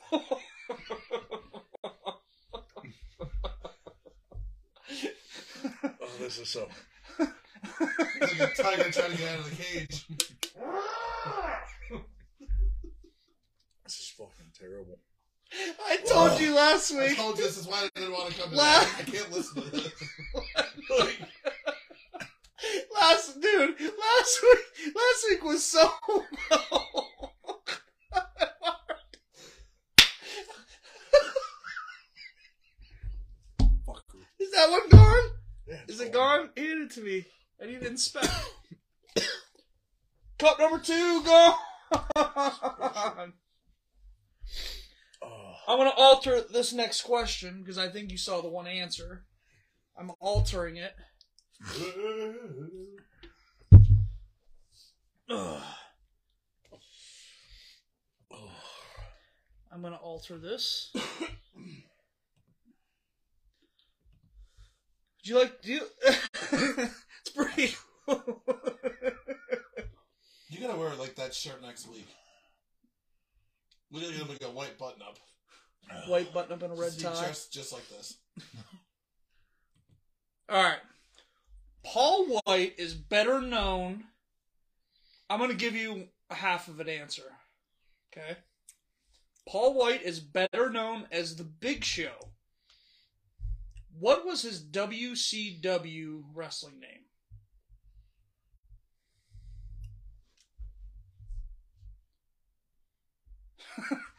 S2: Oh, this is so.
S3: It's like a tiger trying to get out of the cage.
S2: This is fucking terrible.
S1: I told you last
S3: I
S1: week.
S3: told you this is why I didn't want to come
S1: Laugh.
S3: back. I can't listen to this.
S1: Last dude, last week, last week was so low.
S2: Fuck.
S1: Is that one gone?
S2: Yeah, it's
S1: Is it
S2: horrible.
S1: gone? Hand it to me. I need to inspect. Cup number two, gone. I'm
S2: Oh.
S1: gonna alter this next question because I think you saw the one answer. I'm altering it. Ugh. I'm gonna alter this. Would you like do? You... it's pretty.
S3: You gotta wear like that shirt next week. We gotta get him like a white button up.
S1: White button up and a red
S3: Just be
S1: tie.
S3: dressed just like this.
S1: All right. Paul White is better known. I'm going to give you a half of an answer. Okay. Paul White is better known as The Big Show. What was his WCW wrestling name?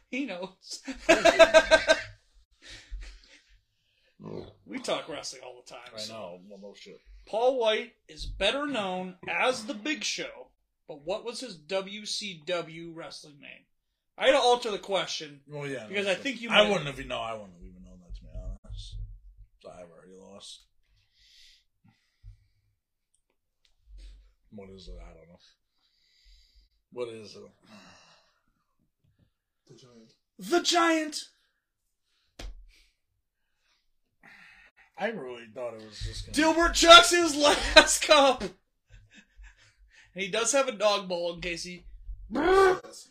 S1: he knows. we talk wrestling all the time.
S2: I
S1: so-
S2: know. Well, no shit.
S1: Paul White is better known as the Big Show, but what was his WCW wrestling name? I had to alter the question.
S2: Well, yeah. no
S1: Because I
S2: shit.
S1: think you
S2: I
S1: might-
S2: wouldn't have. No, I wouldn't have even known that to be honest. So I've already lost. What is it? I don't know. What is it?
S3: The giant.
S1: The Giant.
S2: I really thought it was just. Gonna...
S1: Dilbert chucks his last cup. And he does have a dog bowl in case he.
S3: Yes.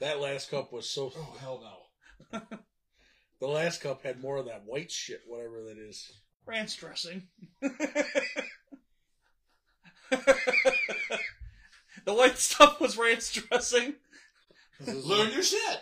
S2: That last cup was so.
S3: Oh hell no.
S2: The last cup had more of that white shit, whatever that is.
S1: ranch dressing. the white stuff was ranch dressing.
S2: This is-
S3: Learn your shit.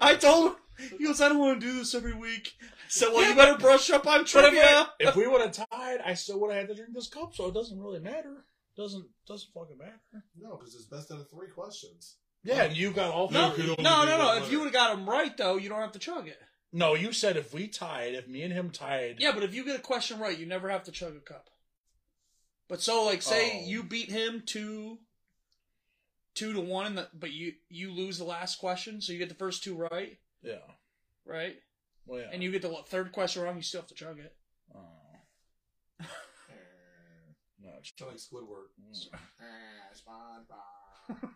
S1: I told him, he goes, I don't want to do this every week. I said, well, you better brush up on
S2: But if,
S1: trivia.
S2: I, if we would have tied, I still would have had to drink this cup, so it doesn't really matter. Doesn't doesn't fucking matter.
S3: No, because it's best out of three questions.
S2: Yeah, and you got all
S3: No.
S1: No,
S3: You
S2: three.
S3: could
S1: no,
S3: only
S1: no,
S3: do
S1: no.
S3: one
S1: If you would have got him right, though, you don't have to chug it.
S2: No, you said if we tied, if me and him tied,
S1: Yeah, but if you get a question right, you never have to chug a cup. But so, like, say
S2: Oh.
S1: you beat him two, two to one, and the, but you you lose the last question, so you get the first two right,
S2: yeah,
S1: right,
S2: well, yeah.
S1: and you get the what, third question wrong, you still have to chug it.
S2: oh, no, it's-
S3: Kind of like Squidward.
S2: mm.
S3: SpongeBob.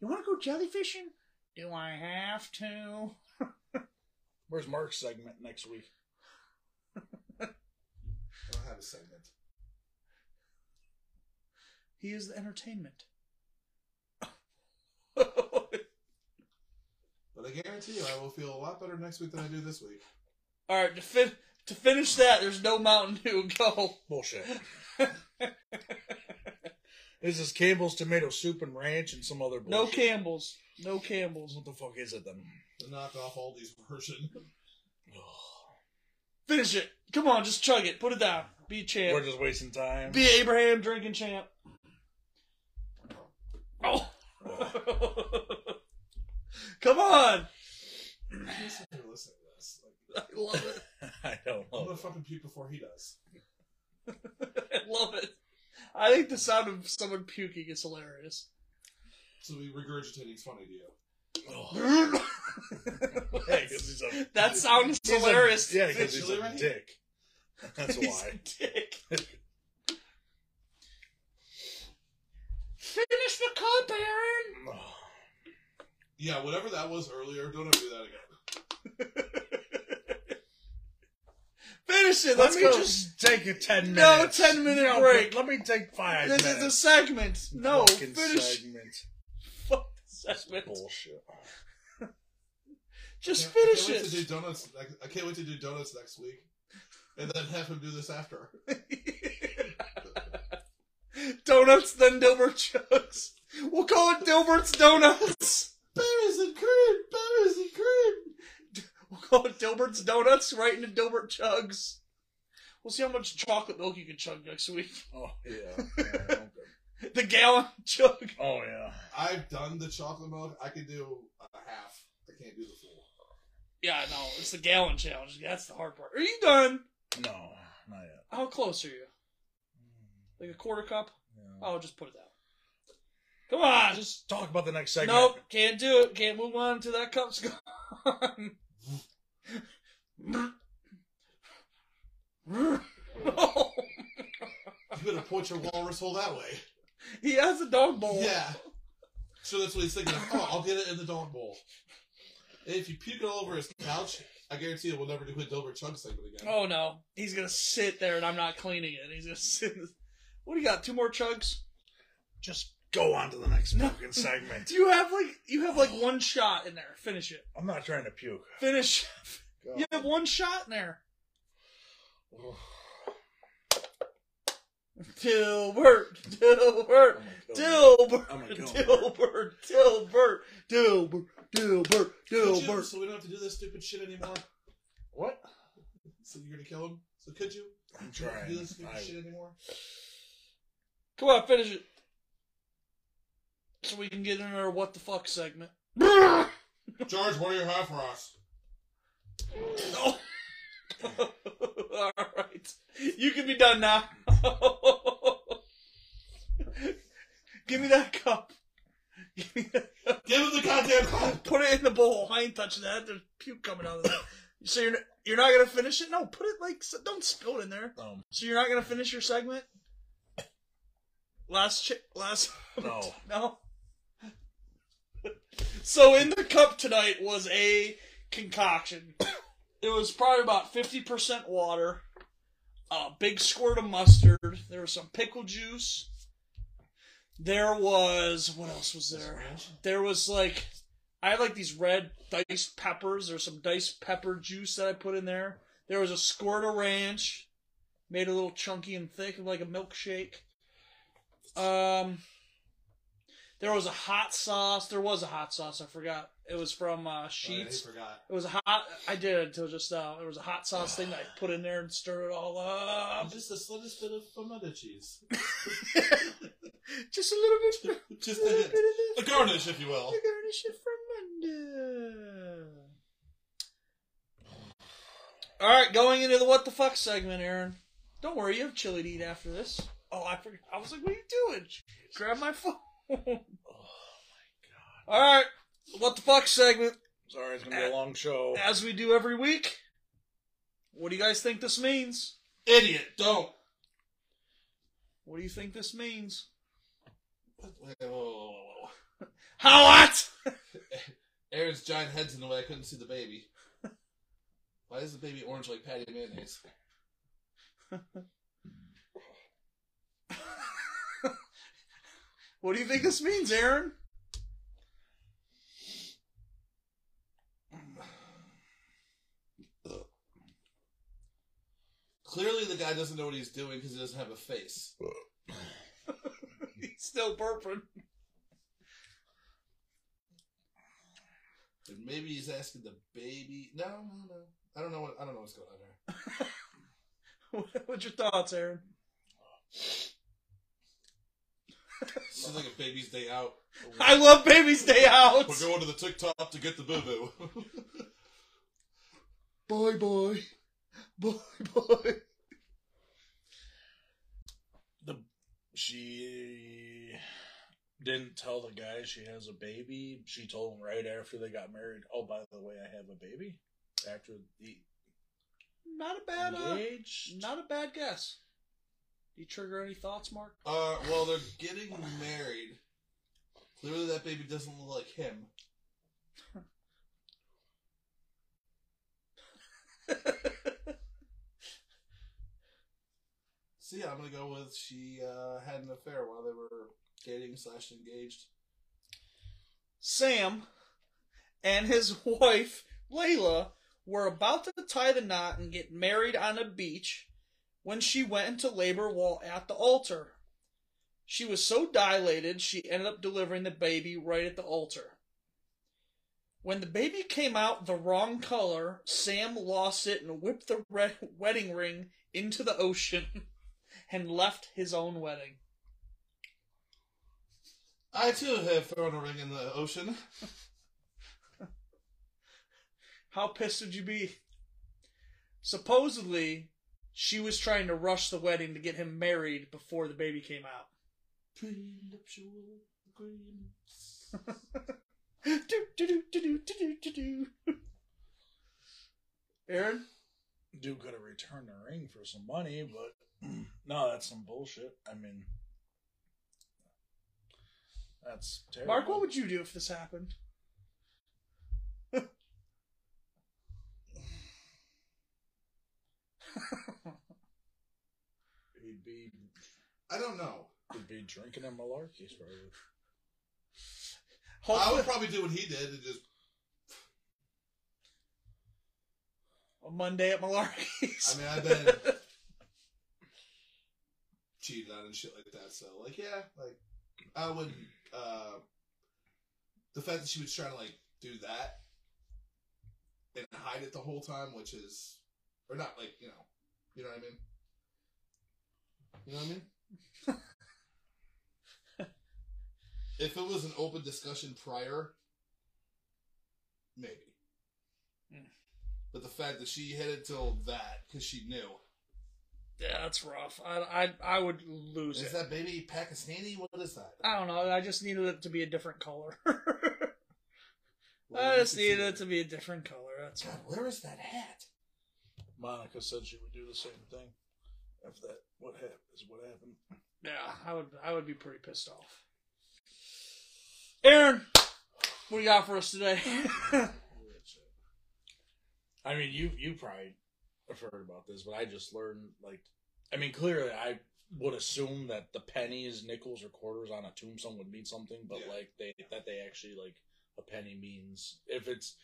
S1: you want to go jellyfishing? Do I have to?
S2: where's Mark's segment next week?
S3: I don't have a segment.
S1: He is the entertainment.
S3: But I guarantee you, I will feel a lot better next week than I do this week.
S1: All right, to, fin- to finish that, there's no Mountain Dew. Go.
S2: Bullshit. this is Campbell's tomato soup and ranch and some other bullshit.
S1: No Campbell's. No Campbell's.
S2: What the fuck is it then?
S3: The knockoff Aldi's version.
S1: Finish it. Come on, just chug it. Put it down. Be a
S2: We're
S1: champ.
S2: just wasting time.
S1: Be Abraham drinking champ. Oh. Come on.
S3: In case if you're listening to this, like,
S1: I love it.
S2: I don't
S1: Oh.
S3: I'm gonna
S2: know.
S3: fucking puke before he does.
S1: I love it. I think the sound of someone puking is hilarious.
S3: So we regurgitating's funny to you.
S2: Oh,
S1: that
S2: yeah, 'cause he's a-
S1: sound is
S2: he's a-
S1: hilarious.
S2: yeah, because he's
S3: Actually,
S2: a
S3: right?
S2: dick. That's
S1: He's
S2: why.
S1: a dick. Finish the cup, Aaron.
S3: Yeah, whatever that was earlier, don't ever do that again.
S1: Finish it.
S2: Let
S1: Let's
S2: me
S1: go.
S2: just take a ten
S1: No,
S2: minutes.
S1: 10 minute
S2: No,
S1: break.
S2: Let me take five
S1: this
S2: minutes.
S1: is a segment. No,
S2: Fucking
S1: finish.
S2: segment.
S1: Fuck the
S2: That's
S1: segment.
S2: bullshit.
S1: Just
S3: I can't-
S1: finish
S3: I can't wait to do
S1: it.
S3: donuts. I- I can't wait to do donuts next week, and then have him do this after.
S1: Donuts, then Dilbert chugs. We'll call it Dilbert's Donuts.
S3: Berries and cream, berries and cream.
S1: We'll call it Dilbert's Donuts right into Dilbert chugs. We'll see how much chocolate milk you can chug next week.
S2: Oh yeah. Yeah, okay.
S1: The gallon chug.
S2: Oh yeah.
S3: I've done the chocolate milk. I can do a half. I can't do the full.
S1: Yeah, no, it's the gallon challenge. That's the hard part. Are you done?
S2: No, not yet.
S1: How close are you? Like a quarter cup?
S2: Yeah.
S1: Oh, just put it down. Come on.
S2: Just talk about the next segment.
S1: Nope, can't do it. Can't move on to that cup's gone. oh,
S3: You better point your walrus hole that way.
S1: he has a dog bowl.
S3: Yeah. So that's what he's thinking. Of. Oh, I'll get it in the dog bowl. And if you puke it all over his couch, I guarantee you we'll never do a Dilbert Chug segment again.
S1: Oh no, he's gonna sit there and I'm not cleaning it. He's gonna sit. What do you got? Two more chugs?
S2: Just go on to the next
S1: No.
S2: fucking segment.
S1: Do you have like you have like one shot in there? Finish it.
S2: I'm not trying to puke.
S1: Finish. You have one shot in there. Dilbert,
S2: Oh
S1: Dilbert, Dilbert,
S2: I'm gonna kill him.
S1: Dilbert, Dilbert, Dilbert, Dilbert,
S3: Could you,
S1: Dilbert.
S3: so we don't have to do this stupid shit anymore.
S2: What?
S3: So you're gonna kill him? So could you?
S2: I'm
S3: We don't have to
S2: trying.
S3: Do this stupid
S2: I-
S3: shit anymore?
S1: Come on, finish it. So we can get into our what the fuck segment.
S3: George, what do you have for us?
S1: No. All right. You can be done now. Give me that cup. Give me that cup.
S3: Give him the goddamn cup.
S1: Put it in the bowl. I ain't touching that. There's puke coming out of that. So you're you're not gonna finish it? No, put it like so- don't spill it in there.
S2: Um,
S1: So you're not gonna finish your segment? Last chi- last
S2: no.
S1: no. So in the cup tonight was a concoction. It was probably about fifty percent water, a big squirt of mustard. There was some pickle juice. There was what else was there? There was like I had like these red diced peppers. There was some diced pepper juice that I put in there. There was a squirt of ranch, made a little chunky and thick, like a milkshake. Um, there was a hot sauce. There was a hot sauce. I forgot. It was from uh, Sheets.
S3: I forgot.
S1: It was a hot. I did it until just now. It was a hot sauce thing that I put in there and stirred it all up.
S3: just the slightest bit of fomata cheese.
S1: Just a little bit.
S3: Just
S1: a little bit of
S3: a garnish, if you will.
S1: You're gonna shit Fernando. All right, going into the what the fuck segment, Aaron. Don't worry, you have chili to eat after this. Oh, I forgot. I was like, what are you doing? Grab my phone. All right, what the fuck segment.
S2: Sorry, it's gonna be a long show.
S1: As we do every week. What do you guys think this means?
S3: Idiot, don't.
S1: What do you think this means?
S3: Wait, whoa, whoa, whoa, whoa.
S1: How what?
S3: Aaron's giant head's in the way. I couldn't see the baby. Why is the baby orange like patty mayonnaise?
S1: What do you think this means, Aaron?
S3: Clearly, the guy doesn't know what he's doing because he doesn't have a face.
S1: He's still burping.
S3: And maybe he's asking the baby. No, no, no. I don't know what I don't know what's going on there.
S1: What's your thoughts, Aaron?
S3: This is like a baby's day out.
S1: I love Baby's Day Out.
S3: We're going to the TikTok to get the boo boo. boy, boy, boy, boy.
S2: She didn't tell the guy she has a baby. She told him right after they got married. Oh, by the way, I have a baby. After the
S1: Not a bad, uh,
S2: engaged.
S1: not a bad guess. Do you trigger any thoughts, Mark?
S3: Uh, well, they're getting married. Clearly, that baby doesn't look like him. So yeah, I'm gonna go with she uh, had an affair while they were dating slash engaged.
S1: Sam and his wife, Layla, were about to tie the knot and get married on a beach when she went into labor while at the altar. She was so dilated, she ended up delivering the baby right at the altar. When the baby came out the wrong color, Sam lost it and whipped the re- wedding ring into the ocean and left his own wedding.
S3: I too have thrown a ring in the ocean.
S1: How pissed would you be? Supposedly, she was trying to rush the wedding to get him married before the baby came out.
S3: Prenuptial agreements.
S1: Do, do, do, do, do, do, do, do, do. Aaron,
S2: Dude could have returned the ring for some money, but no, that's some bullshit. I mean, that's terrible.
S1: Mark, what would you do if this happened?
S2: he'd be?
S3: I don't know.
S2: He'd be drinking a malarkey's probably.
S3: I
S1: Hopefully,
S3: would probably do what he did and just.
S1: a Monday at Malarkey's.
S3: I mean, I've been cheated on and shit like that. So, like, yeah, like, I would. Uh, the fact that she was trying to like do that and hide it the whole time, which is, or not, like, you know, you know what I mean. You know what I mean. if it was an open discussion prior, maybe. But the fact that she hid it till that because she knew.
S1: yeah, that's rough. I, I, I would lose
S3: Is
S1: it.
S3: that baby Pakistani? What is that?
S1: I don't know. I just needed it to be a different color.
S3: Well,
S1: I
S3: you
S1: just
S3: can see
S1: needed it to be a different color. That's
S3: God, where is that hat?
S2: Monica said she would do the same thing if that what happened is what happened.
S1: Yeah, I would I would be pretty pissed off. Aaron, what do you got for us today?
S2: I mean, you you probably have heard about this, but I just learned like, I mean, clearly I would assume that the pennies, nickels, or quarters on a tombstone would mean something, but
S3: Yeah.
S2: like they that they actually like a penny means if it's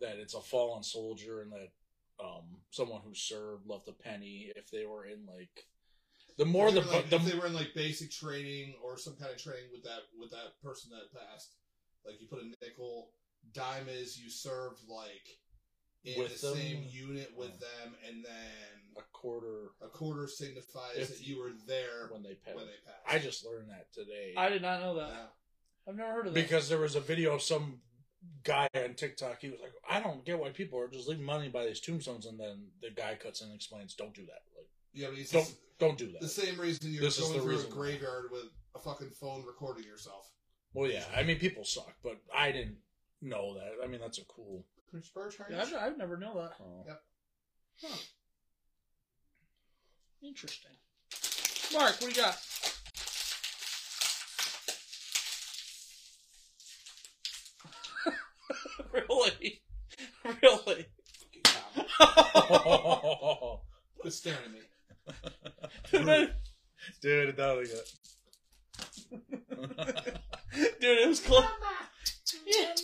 S2: that it's a fallen soldier and that um someone who served left a penny if they were in like the more
S3: If
S2: the
S3: they were, like,
S2: the
S3: if they were in like basic training or some kind of training with that with that person that passed. Like you put a nickel, dime is you served like in
S2: With
S3: the
S2: them?
S3: same unit with
S2: Oh.
S3: them, and then
S2: a quarter
S3: a quarter signifies
S2: If-
S3: that you were there
S2: when they
S3: when,
S2: passed.
S3: they passed.
S2: I just learned that today.
S1: I did not know that.
S3: Yeah.
S1: I've never heard of that.
S2: because there was a video of some guy on TikTok. He was like, "I don't get why people are just leaving money by these tombstones." And then the guy cuts in and explains, "Don't do that. Like,
S3: yeah, but it's
S2: don't don't do
S3: the
S2: that."
S3: same reason you're
S2: This is
S3: going
S2: the
S3: through
S2: reason
S3: a
S2: why.
S3: graveyard with a fucking phone recording yourself.
S2: Well, yeah, I mean, people suck, but I didn't know that. I mean, that's a cool.
S3: Prince Bertrand?
S1: Yeah, I've, I've never known that.
S2: uh,
S1: Interesting. Mark, what do you got? really? Really?
S3: Fucking cop. Quit staring at me.
S1: Dude,
S2: Dude, that was good.
S1: it was close. Yeah.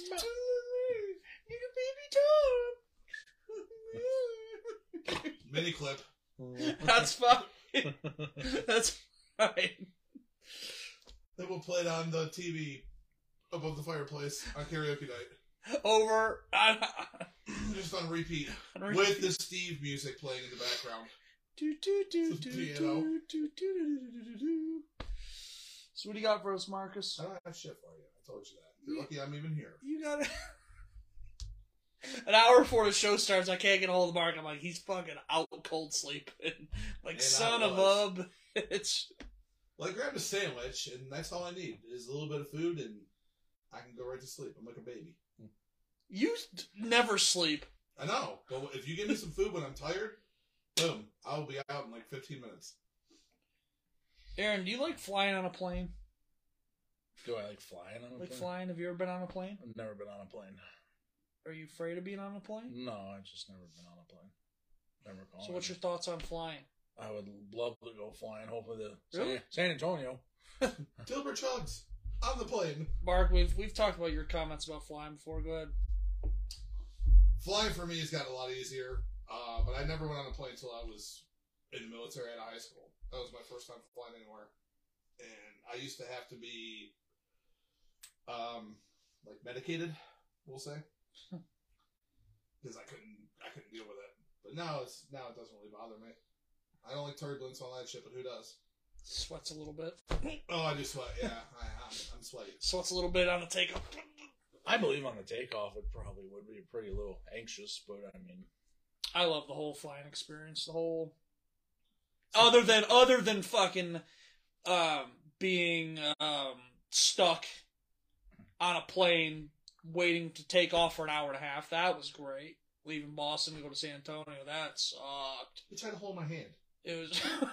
S3: Mini clip.
S1: That's fine. That's fine.
S3: That will play it on the TV above the fireplace on karaoke night.
S1: Over. On,
S3: Just on repeat
S1: on,
S3: with the Steve music playing in the background.
S1: Do, do, do,
S3: It's
S1: do,
S3: a piano.
S1: do, do, do, do, do, do, do, do. So what do you got for us, Marcus?
S3: I don't have shit for you. I told you that. You're lucky I'm even here.
S1: You got it. An hour before the show starts, I can't get a hold of Mark. I'm like, he's fucking out cold sleeping. Like,
S3: And I
S1: son of
S3: was.
S1: a bitch.
S3: Well, I grabbed a sandwich, and that's all I need is a little bit of food, and I can go right to sleep. I'm like a baby.
S1: You never sleep.
S3: I know, but if you give me some food when I'm tired, boom, I'll be out in like 15 minutes.
S1: Aaron, do you like flying on a plane?
S2: Do I like flying on a
S1: Like
S2: plane?
S1: flying? Have you ever been on a plane?
S2: I've never been on a plane.
S1: Are you afraid of being on a plane?
S2: No, I've just never been on a plane. Never gone.
S1: So what's your thoughts on flying?
S2: I would love to go flying. Hopefully to
S1: Really?
S2: San, San Antonio.
S3: Dilbert Chugs on the plane.
S1: Mark, we've we've talked about your comments about flying before. Go ahead.
S3: Flying for me has gotten a lot easier, uh, but I never went on a plane until I was in the military out of high school. That was my first time flying anywhere. And I used to have to be, um, like medicated, we'll say, because I couldn't, I couldn't deal with it. But now it's now it doesn't really bother me. I don't like turbulence and all that shit, but who does?
S1: Sweats a little bit.
S3: Oh, I do sweat. Yeah, I, I'm, I'm sweaty.
S1: Sweats a little bit on the takeoff.
S2: I believe on the takeoff it probably would be pretty little anxious, but I mean
S1: I love the whole flying experience. The whole other than other than fucking um, being um, stuck on a plane waiting to take off for an hour and a half. That was great. Leaving Boston to go to San Antonio. That sucked.
S3: He tried to hold my hand.
S1: It was.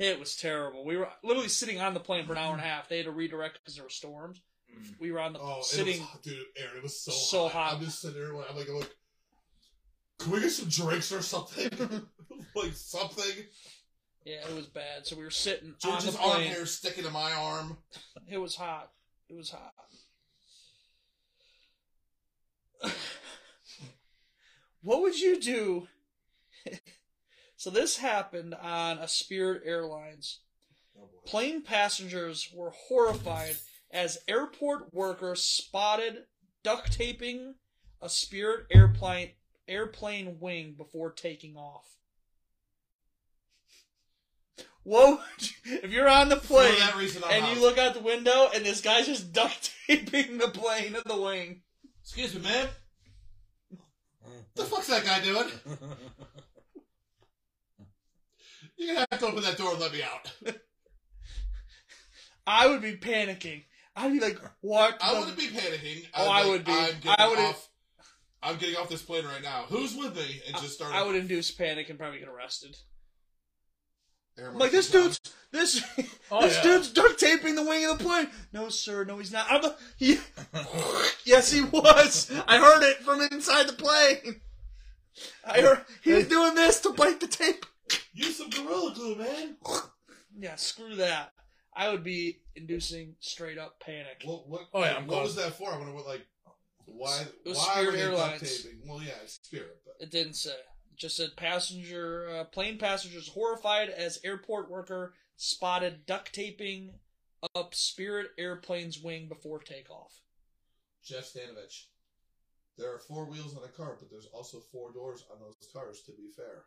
S1: It was terrible. We were literally sitting on the plane for an hour and a half. They had to redirect because there were storms.
S2: Mm.
S1: We were on the
S3: Oh, it
S1: sitting.
S3: was, dude, Aaron, it was so,
S1: So
S3: hot.
S1: hot.
S3: I'm just sitting there, like, I'm like, I'm like, can we get some drinks or something? like something.
S1: Yeah, it was bad. So we were sitting on the
S3: George's arm
S1: plane.
S3: hair sticking to my arm.
S1: It was hot. It was hot. what would you do? so this happened on a Spirit Airlines. Plane passengers were horrified as airport workers spotted duct taping a Spirit airplane airplane wing before taking off. What would you, if you're on the
S3: For
S1: plane?
S3: that reason, I'm
S1: and
S3: out.
S1: you look out the window, and this guy's just duct taping the plane in the wing.
S3: Excuse me, man. What the fuck's that guy doing? You're gonna have to open that door and let me out.
S1: I would be panicking. I'd be like, "What?"
S3: I
S1: the-
S3: wouldn't be panicking.
S1: Oh, I would be.
S3: I'm getting
S1: I would've-
S3: off. I'm getting off this plane right now. Who's with me? And just started.
S1: I would induce panic and probably get arrested.
S3: Aaron
S1: I'm
S3: was
S1: like, "This
S3: down.
S1: dude's this
S2: Oh,
S1: this
S2: yeah.
S1: dude's duct taping the wing of the plane." No, sir. No, he's not. I'm a, he, yes, he was. I heard it from inside the plane. I heard he was doing this to bite the tape.
S3: Use some gorilla glue, man.
S1: Yeah, screw that. I would be inducing straight up panic.
S3: What? What?
S2: Oh, yeah, I'm
S3: what
S2: calling.
S3: was that for? I wonder what like why
S1: It was
S3: why
S1: Spirit
S3: were they duct
S1: Airlines.
S3: taping? Well, yeah, it's Spirit, but
S1: It didn't say. It Just said passenger, uh, plane passengers horrified as airport worker spotted duct taping up Spirit airplane's wing before takeoff.
S3: Jeff Stanovich. There are four wheels on a car, but there's also four doors on those cars. To be fair,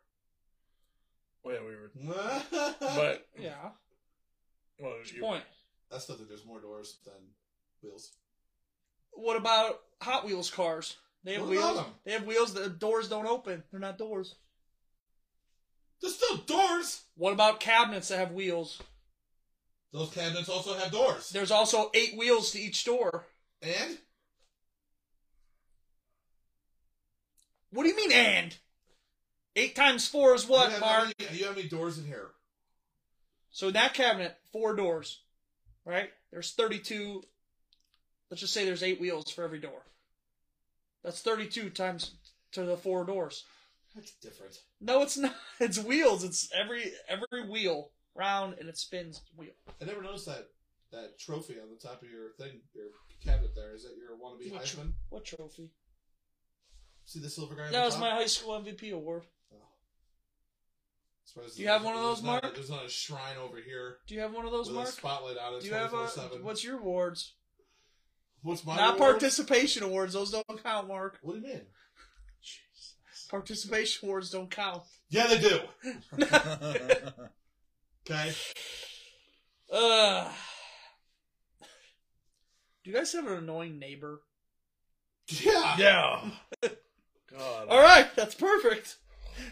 S2: Well, yeah, we were
S3: but
S2: but
S1: Yeah.
S2: well, you-
S1: Point.
S3: that's not that there's more doors than wheels.
S1: What about Hot Wheels cars? They have
S3: What about
S1: wheels.
S3: them?
S1: They have wheels. The doors don't open. They're not doors.
S3: There's still doors.
S1: What about cabinets that have wheels?
S3: Those cabinets also have doors.
S1: There's also eight wheels to each door.
S3: And
S1: What do you mean and? Eight times four is what,
S3: you have,
S1: Mark?
S3: how many, you have how many doors in here?
S1: So in that cabinet, four doors, right? There's 32. Let's just say there's eight wheels for every door. That's 32 times to the four doors.
S3: That's different.
S1: No, it's not. It's wheels. It's every every wheel round and it spins wheel.
S3: I never noticed that that trophy on the top of your thing, your cabinet. There is that your wannabe
S1: What tro-
S3: Heisman.
S1: What trophy?
S3: See the silver guy. on
S1: That
S3: the
S1: was
S3: top?
S1: my high school MVP award.
S3: Oh. Surprised
S1: Do you have one
S3: there's-
S1: of those,
S3: there's not-
S1: Mark?
S3: There's not a shrine over here
S1: Do you have one of those,
S3: with
S1: Mark?
S3: a spotlight on it
S1: Do you have a?
S3: 24/7.
S1: What's your awards?
S3: What's my
S1: Not
S3: award?
S1: participation awards. Those don't count, Mark.
S3: What do you mean?
S1: Participation awards don't count.
S3: Yeah, they do.
S2: Jeez.
S3: Okay.
S1: Uh, do you guys have an annoying neighbor?
S3: Yeah.
S2: yeah. God.
S1: All right, that's perfect.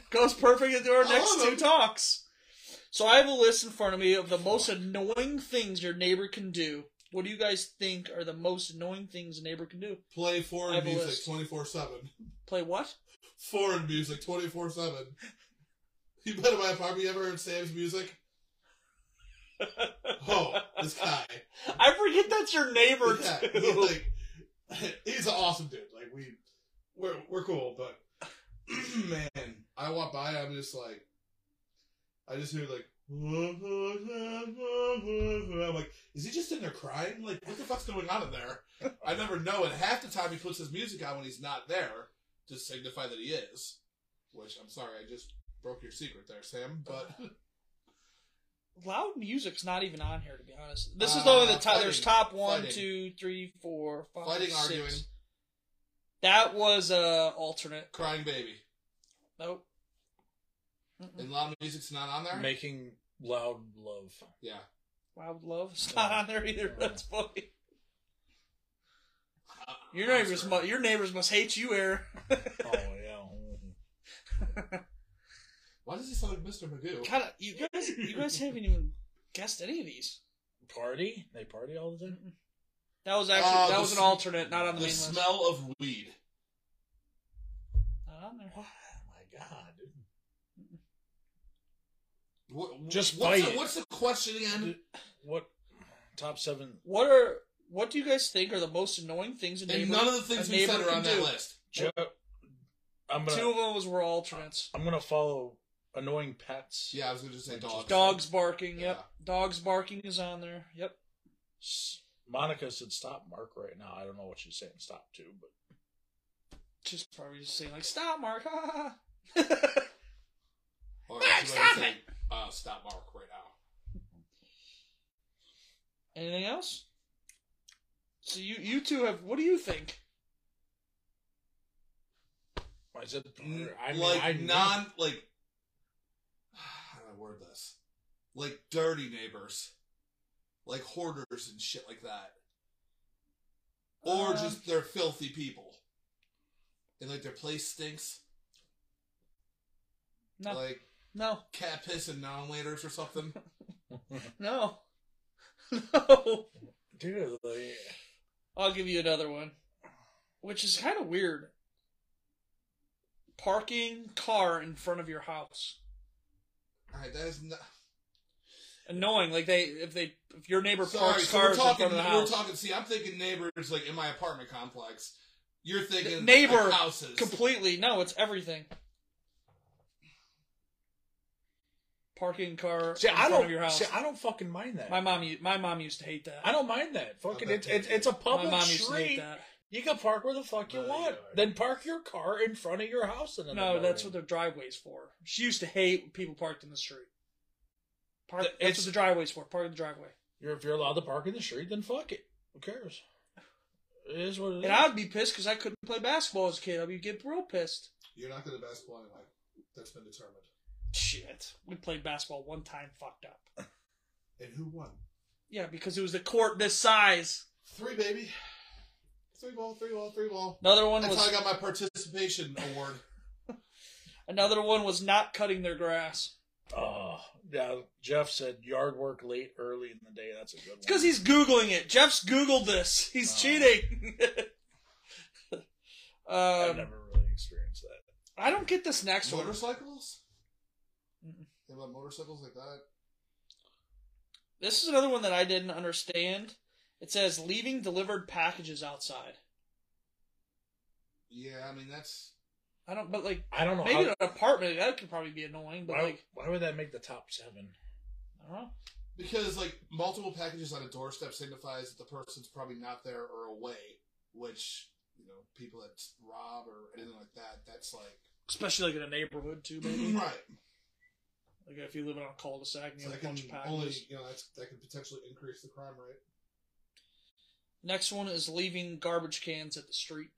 S1: Goes perfect into our
S3: I
S1: next
S3: love
S1: two
S3: it.
S1: talks. So I have a list in front of me of the most annoying things your neighbor can do. What do you guys think are the most annoying things a neighbor can do?
S3: Play
S1: I
S3: foreign
S1: have a
S3: music
S1: list.
S3: twenty four seven.
S1: Play what?
S3: Foreign music twenty four seven. You been to my apartment? You ever heard Sam's music? Oh, this guy.
S1: I forget that's your neighbor
S3: Yeah,
S1: too.
S3: he's like, he's an awesome dude. Like we, we're we're cool, but man, I walk by, I'm just like, I just hear like, I'm like, is he just in there crying? Like, what the fuck's going on in there? I never know. And half the time he puts his music on when he's not there to signify that he is. Which I'm sorry, I just broke your secret there, Sam. But
S1: Loud music's not even on here to be honest. This is only the
S3: Uh,
S1: top. There's
S3: fighting.
S1: top one,
S3: Fighting.
S1: two, three, four, five,
S3: fighting,
S1: six.
S3: arguing,
S1: That was uh alternate.
S3: crying baby,
S1: Nope. Mm-mm.
S3: and loud music's not on there.
S2: Making loud love.
S3: yeah.
S1: Wild Love's not on there either.
S2: Yeah.
S1: That's funny. Your neighbors, mu- your neighbors must hate you, Aaron.
S2: Oh yeah.
S3: Why does he sound like Mr. Magoo?
S1: Kind of, you guys, you guys haven't even guessed any of these.
S2: Party? They party all the time.
S1: That was actually
S3: Oh,
S1: that
S3: the
S1: was an
S3: sm-
S1: alternate, not on the, main
S3: the
S1: list.
S3: smell of weed.
S1: Not on there.
S2: Oh my god, dude.
S3: What,
S2: Just buy
S3: what's the,
S2: it.
S3: what's the question again?
S2: What top seven?
S1: What are what do you guys think are the most annoying things a neighbor?
S3: And none of the things
S1: a
S3: we said
S1: neighbor
S3: are on
S1: can
S3: that
S1: do.
S3: list.
S2: Joe, I'm gonna
S1: Two of them was were alternates.
S2: I'm gonna follow annoying pets.
S3: Yeah, I was gonna just say dogs.
S1: Dogs barking. Yep.
S3: Yeah.
S1: Dogs barking is on there. Yep.
S2: S- Monica said stop Mark right now. I don't know what she's saying stop to, but
S1: Just probably just saying like, "Stop, Mark."
S3: Or
S1: Mark,
S3: somebody
S1: stop
S3: say, Uh, stop Mark right now.
S1: Anything else? So you you two have what do you think?
S2: I said I mean
S3: like
S2: I knew-
S3: non like how do I word this? Like dirty neighbors. Like hoarders and shit like that. Or
S1: Um,
S3: just they're filthy people. And like their place stinks.
S1: No.
S3: Like
S1: no
S3: cat piss and non-laters or something.
S1: no no.
S2: dude. Like,
S1: I'll give you another one, which is kind of weird. Parking car in front of your house.
S3: All right, that is not.
S1: Annoying, like they if they if your neighbor
S3: Sorry,
S1: parks
S3: so we're
S1: cars
S3: talking.
S1: in front of the
S3: we're
S1: house,
S3: talking. See, I'm thinking neighbors like in my apartment complex. You're thinking
S1: Neighbor
S3: like, houses.
S1: completely no, it's everything. Parking car
S2: see,
S1: in
S2: I
S1: front
S2: don't.
S1: of your house.
S2: see, I don't fucking mind that.
S1: my mom, u- my mom used to hate that.
S2: I don't mind that. Fucking,
S3: bet
S2: it's
S3: they
S2: it's
S3: do.
S2: it's a
S1: my
S2: public
S1: mom used to hate
S2: street.
S1: that.
S2: You can park where the fuck you
S3: My
S2: want.
S3: yard.
S2: Then park your car in front of your house. And
S1: No, that's what the driveway's for. She used to hate when people parked in the street. Park,
S2: Th-
S1: that's
S2: it's-
S1: what the driveway's for. Park in the driveway.
S2: You're, if you're allowed to park in the street, then fuck it. Who cares? It is what it is.
S1: And I'd be pissed because I couldn't play basketball as a kid. I'd be get real pissed.
S3: You're not good at basketball anyway. That's been determined.
S1: Shit, we played basketball one time, fucked up.
S3: And who won?
S1: Yeah, because it was the court this size.
S3: Three, baby. Three ball, three ball, three ball.
S1: Another one
S3: That's how I
S1: was
S3: got my participation award.
S1: another one was not cutting their grass.
S2: Oh, yeah. Jeff said yard work late, early in the day. That's a good one.
S1: It's because he's googling it. Jeff's googled this. He's
S2: Oh.
S1: cheating.
S2: I've
S1: um,
S2: never really experienced that.
S1: I don't get this next one.
S3: motorcycles.
S1: Mm-mm.
S3: They about motorcycles like that.
S1: This is another one that I didn't understand. It says leaving delivered packages outside.
S3: Yeah, I mean that's.
S1: I don't, but like
S2: I don't know.
S1: maybe in
S2: how,
S1: an apartment that could probably be annoying. But
S2: why,
S1: like
S2: why would that make the top seven?
S1: I don't know.
S3: Because like multiple packages on a doorstep signifies that the person's probably not there or away, which you know people that rob or anything like that. That's like
S1: especially like in a neighborhood too. Maybe
S3: right.
S1: Like if you live in a cul-de-sac and you
S3: So that
S1: have a
S3: can
S1: bunch of packages.
S3: only, you know, that's, that could potentially increase the crime rate.
S1: Next one is leaving garbage cans at the street.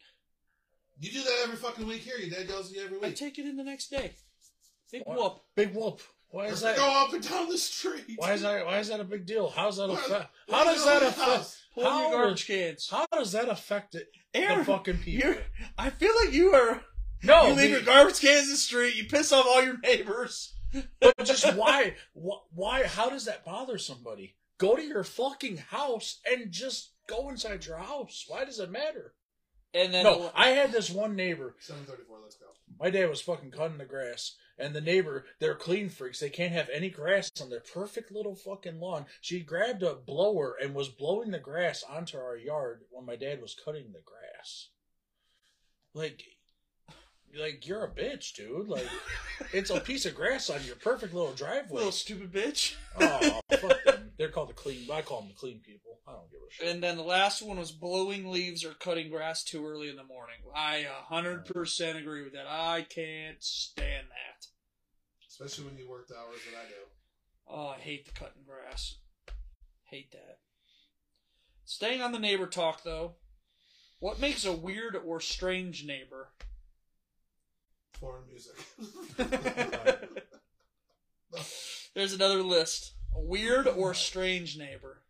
S3: You do that every fucking week here. Your dad yells at you every
S1: I
S3: week.
S1: take it in the next day. Big
S2: What?
S1: whoop.
S2: Big whoop. Why is
S3: Or Go
S2: that?
S3: up and down the street.
S2: Why is that? Why is that a big deal? How's that
S3: Why-
S2: affect?
S3: Look
S2: How
S3: at
S2: does
S3: your
S2: that
S3: own
S2: affect?
S3: house.
S1: Pull in your
S2: How-
S1: garbage cans.
S2: How does that affect it, the
S1: Aaron,
S2: fucking people?
S1: you're- I feel like you are.
S2: No,
S1: you leave
S2: the-
S1: your garbage cans in the street. You piss off all your neighbors.
S2: but just why? wh- Why? How does that bother somebody? Go to your fucking house and just go inside your house. Why does it matter?
S1: And then
S2: No, I had this one neighbor.
S3: 734, let's go.
S2: My dad was fucking cutting the grass, and the neighbor, they're clean freaks. They can't have any grass on their perfect little fucking lawn. She grabbed a blower and was blowing the grass onto our yard when my dad was cutting the grass. Like, like you're a bitch, dude. Like, it's a piece of grass on your perfect little driveway.
S1: little stupid bitch.
S2: Oh, fuck them. They're called the clean. I call them the clean people. I don't give a shit.
S1: And then the last one was blowing leaves or cutting grass too early in the morning. I a hundred percent agree with that. I can't stand that.
S3: Especially when you work the hours that I do.
S1: Oh, I hate the cutting grass. Hate that. Staying on the neighbor talk though, what makes a weird or strange neighbor?
S3: Foreign music.
S1: There's another list. A weird or strange neighbor.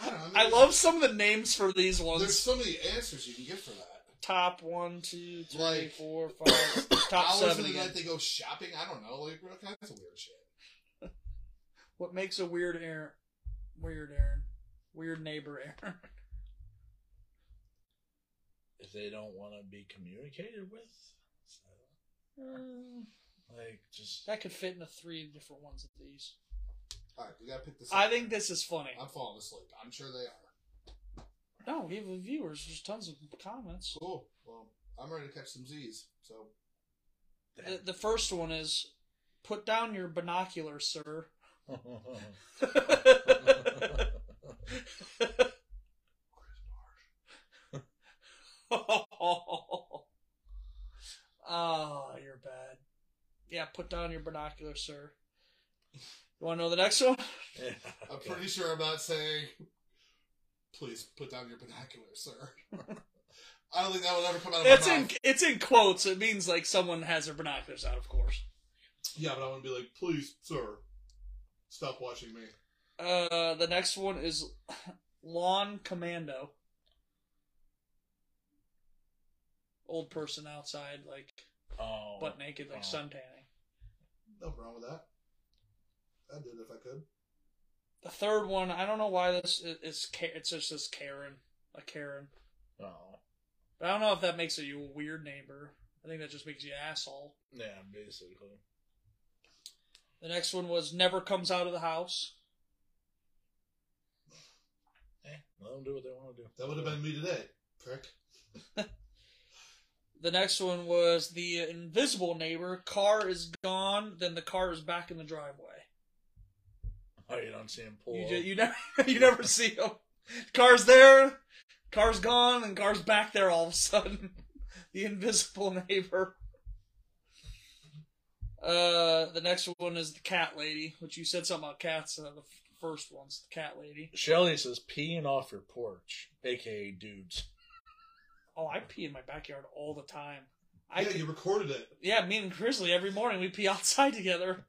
S3: I don't know. I, mean,
S1: I love some of the names for these
S3: There's
S1: ones.
S3: so many answers you can get for that.
S1: Top one, two, three,
S3: Like-
S1: four, five, top
S3: Hours
S1: seven
S3: of the
S1: again.
S3: night they go shopping. I don't know. Like, what kinds of weird shit?
S1: What makes a weird Aaron? Weird Aaron. Weird neighbor Aaron.
S2: If they don't want to be communicated with, so,
S1: Mm,
S2: like, just
S1: that could fit into three different ones of these.
S3: All right, we gotta pick this.
S1: I
S3: up.
S1: think this is funny.
S3: I'm falling asleep. I'm sure they are.
S1: No, we have viewers. There's tons of comments.
S3: Cool. Well, I'm ready to catch some Z's. So
S1: The, the first one is put down your binocular, sir. oh, you're bad. Yeah, put down your binocular, sir. You want to know the next one?
S2: Yeah,
S3: I'm
S2: okay.
S3: pretty sure I'm not saying, please put down your binoculars, sir. I don't think that will ever come out of
S1: It's
S3: Oh, my
S1: in
S3: mouth.
S1: it's in quotes. It means like someone has their binoculars out, of course.
S3: Yeah, but I want to be like, please, sir, stop watching me.
S1: Uh, the next one is lawn commando. Old person outside, like
S2: Oh,
S1: butt naked, like
S2: Oh.
S1: sun tanning.
S3: Nothing wrong with that. I did if I could.
S1: The third one, I don't know why this is, is Ka- it's just this Karen, a Karen.
S2: oh,
S1: But I don't know if that makes you a weird neighbor. I think that just makes you an asshole.
S2: yeah, basically.
S1: The next one was never comes out of the house.
S2: Eh, let them do what they want to do.
S3: That would have been me today, prick.
S1: The next one was the invisible neighbor. Car is gone, then the car is back in the driveway.
S2: Oh, you don't see him pull.
S1: You,
S2: up.
S1: ju- you never you never see them. Car's there, car's gone, and car's back there all of a sudden. the invisible neighbor. Uh, the next one is the cat lady, which you said something about cats. Uh, the f- first one's the cat lady.
S2: Shelly says peeing off your porch, aka dudes.
S1: Oh, I pee in my backyard all the time. I
S3: yeah,
S1: yeah,
S3: you recorded it.
S1: me and Grizzly every morning we pee outside together.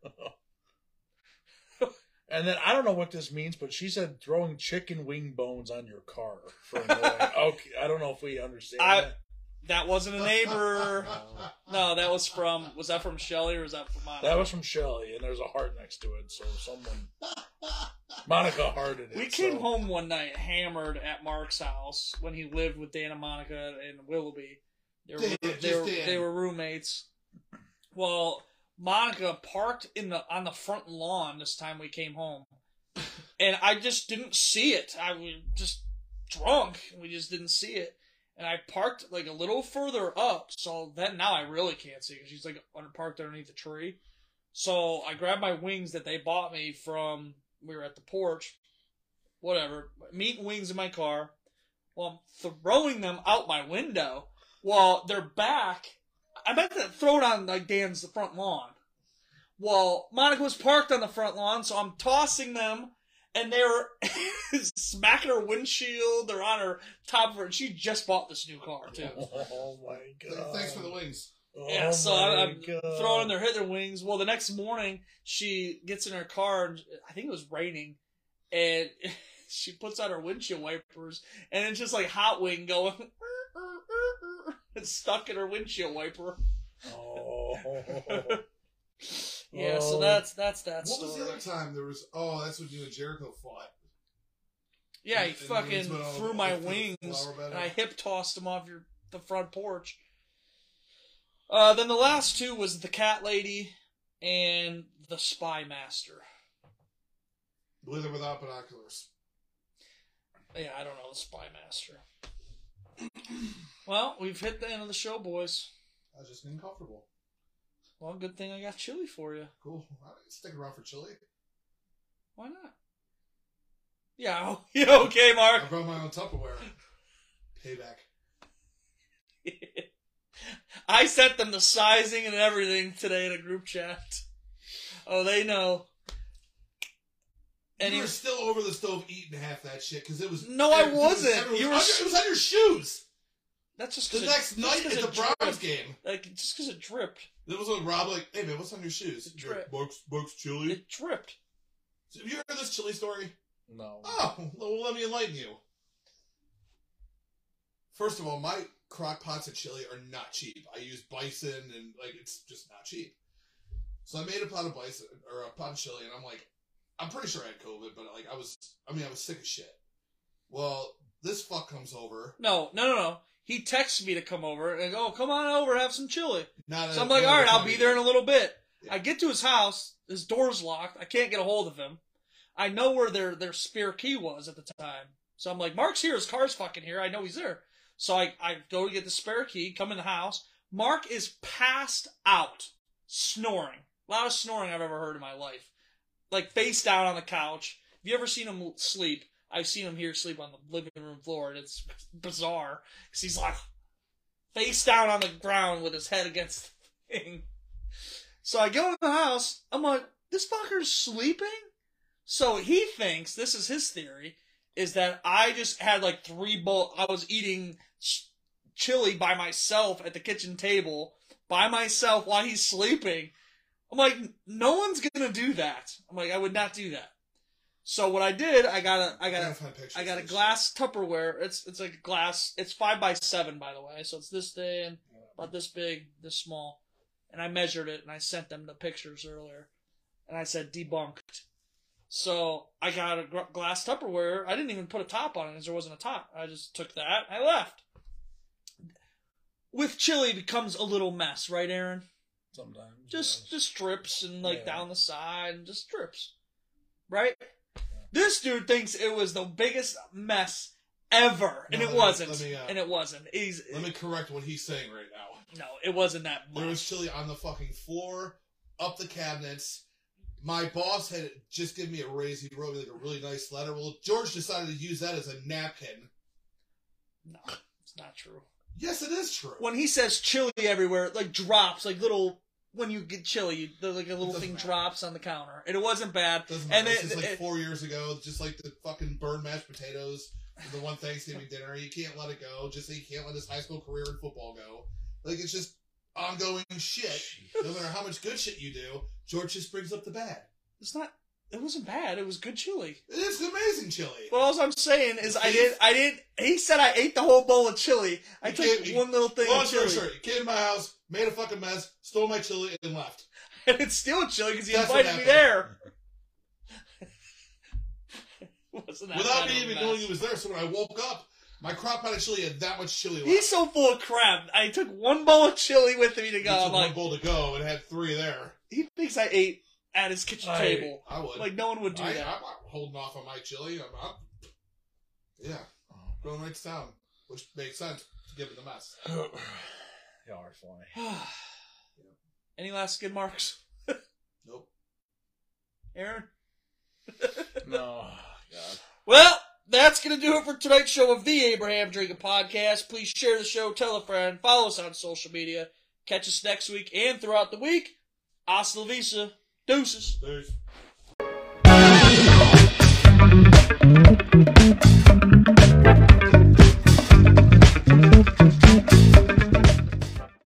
S2: And then I don't know what this means, but she said throwing chicken wing bones on your car. For annoying. okay, I don't know if we understand.
S1: I-
S2: that.
S1: That wasn't a neighbor. no, that was from was that from Shelly or was that from Monica?
S2: That was from Shelly, and there's a heart next to it, so someone. Monica hearted it.
S1: We came
S2: so-
S1: home one night hammered at Mark's house when he lived with Dana Monica and Willoughby. They were,
S3: Dan,
S1: they,
S3: just
S1: were,
S3: Dan.
S1: they were roommates. Well, Monica parked in the on the front lawn this time we came home, and I just didn't see it. I was just drunk. and We just didn't see it, and I parked like a little further up. So then now I really can't see because she's like under, parked underneath the tree. So I grabbed my wings that they bought me from. We were at the porch, whatever. Meat and wings in my car. Well, I'm throwing them out my window, Well, they're back. I meant to throw it on like Dan's the front lawn. Well, Monica was parked on the front lawn, so I'm tossing them, and they're smacking her windshield. They're on her top of her, and she just bought this new car too.
S4: Oh my god.
S3: Thanks for the wings.
S4: Oh
S1: Yeah, so I,
S4: my
S1: I'm
S4: God.
S1: throwing their hit their wings. Well, the next morning she gets in her car. and I think it was raining, and she puts on her windshield wipers, and it's just like Hot Wing going. It's stuck in her windshield wiper.
S4: Oh.
S1: Yeah, so
S4: Oh.
S1: that's that's that
S3: What was
S1: story.
S3: the other time there was? Oh, that's when you and Jericho fought.
S1: yeah, he
S3: And- and the
S1: fucking
S3: wings went all
S1: threw
S3: over
S1: my
S3: the
S1: wings,
S3: flower bed.
S1: and I hip tossed him off your the front porch. Uh, then the last two was the cat lady and the spy master.
S3: with or without binoculars.
S1: Yeah, I don't know the Spy Master. Well, we've hit the end of the show, boys.
S3: I was just getting comfortable.
S1: Well, good thing I got chili for you.
S3: Cool. I stick around for chili.
S1: Why not? Yeah, oh, yeah, okay, Mark.
S3: I brought my own Tupperware. Payback.
S1: I sent them the sizing and everything today in a group chat. Oh, they know. And
S3: you
S1: he,
S3: were still over the stove eating half that shit because it was.
S1: No, I
S3: it was-
S1: wasn't.
S3: It was,
S1: You were
S3: under,
S1: s-
S3: it was on your shoes.
S1: that's just
S3: The
S1: because
S3: next night
S1: just
S3: at the
S1: 'cause it
S3: Browns
S1: dripped.
S3: game,
S1: like just because it dripped,
S3: it was when Rob like, "Hey man, what's on your shoes?"
S1: It dripped.
S3: Mark's, Mark's chili.
S1: it dripped.
S3: So have you heard this chili story?
S2: No.
S3: Oh, well, let me enlighten you. First of all, my crock pots of chili are not cheap. I use bison and like it's just not cheap. So I made a pot of bison or a pot of chili, and I'm like, I'm pretty sure I had COVID, but like I was, I mean, I was sick as shit. Well, this fuck comes over.
S1: No, no, no, no. He texts me to come over and I go, oh, come on over, have some chili.
S3: Not
S1: So I'm like, all right, I'll be there in a little bit.
S3: Yeah.
S1: I get to his house. His door's locked. I can't get a hold of him. I know where their their spare key was at the time. So I'm like, Mark's here. His car's fucking here. I know he's there. So I, I go to get the spare key, come in the house. Mark is passed out, snoring. Loudest snoring I've ever heard in my life. Like face down on the couch. Have you ever seen him sleep? I've seen him here sleep on the living room floor, and it's bizarre. Because he's like face down on the ground with his head against the thing. So I go in the house. I'm like, this fucker's sleeping? So he thinks, this is his theory, is that I just had like three bowl. I was eating ch- chili by myself at the kitchen table by myself while he's sleeping. I'm like, no one's gonna do that. I'm like, I would not do that. So what I did, I got a, I got a, I got a glass Tupperware. It's it's like a glass. It's five by seven, by the way. So it's this day and about this big, this small. And I measured it and I sent them the pictures earlier, and I said debunked. So I got a gr- glass Tupperware. I didn't even put a top on it because there wasn't a top. I just took that. I left. With chili becomes a little mess, right, Aaron?
S2: Sometimes.
S1: just
S2: yes.
S1: just drips and like
S2: Yeah.
S1: down the side and just drips right this dude thinks it was the biggest mess ever and
S3: No,
S1: it
S3: let me-
S1: wasn't
S3: let me, uh,
S1: and it wasn't he's
S3: Let me correct what he's saying right now.
S1: no it wasn't that
S3: There was
S1: much
S3: chili on the fucking floor, up the cabinets. My boss had just given me a raise. He wrote me like a really nice letter. Well, George decided to use that as a napkin.
S1: no it's not true
S3: Yes, it is true.
S1: when he says chili everywhere it like drops like little when you get chili you, the, like a little
S3: doesn't
S1: thing
S3: matter.
S1: drops on the counter and it wasn't bad
S3: Doesn't
S1: and
S3: matter. This
S1: it-
S3: is like
S1: it-
S3: four years ago. Just like the fucking burned mashed potatoes, the one Thanksgiving dinner. You can't let it go. Just like you can't let his high school career in football go. Like it's just ongoing shit. No matter how much good shit you do, George just brings up the bad.
S1: it's not it wasn't bad it was good chili
S3: It is amazing chili.
S1: well, all I'm saying is I
S3: Beef.
S1: didn't. I didn't. He said I ate the whole bowl of chili. I
S3: You Oh,
S1: took
S3: can't- you-
S1: one little thing
S3: Long
S1: of chili.
S3: story short, came to my house, made a fucking mess, stole my chili, and left.
S1: and it's still chilly because he
S3: That's what
S1: invited me there. Wasn't that
S3: Without
S1: bad
S3: me
S1: of a
S3: even
S1: mess?
S3: knowing he was there. So when I woke up, my crock pot of chili had that much chili left.
S1: He's so full of crap. I took one bowl of chili with me to
S3: It
S1: go.
S3: took
S1: I'm
S3: one
S1: like,
S3: bowl to go and had three there.
S1: he thinks I ate at his kitchen
S4: I-
S1: table.
S3: I would.
S1: Like no one would do
S3: I,
S1: that.
S3: I'm not holding off on my chili. I'm, I'm yeah, going right to town, which makes sense given the mess.
S2: Oh. Y'all are funny.
S1: Any last good marks,
S3: Nope.
S1: Aaron?
S2: No. Oh, God.
S1: Well, that's going to do it for tonight's show of the Abraham Drinking Podcast. Please share the show, tell a friend, follow us on social media. Catch us next week and throughout the week. Hasta la vista. Deuces.
S3: There's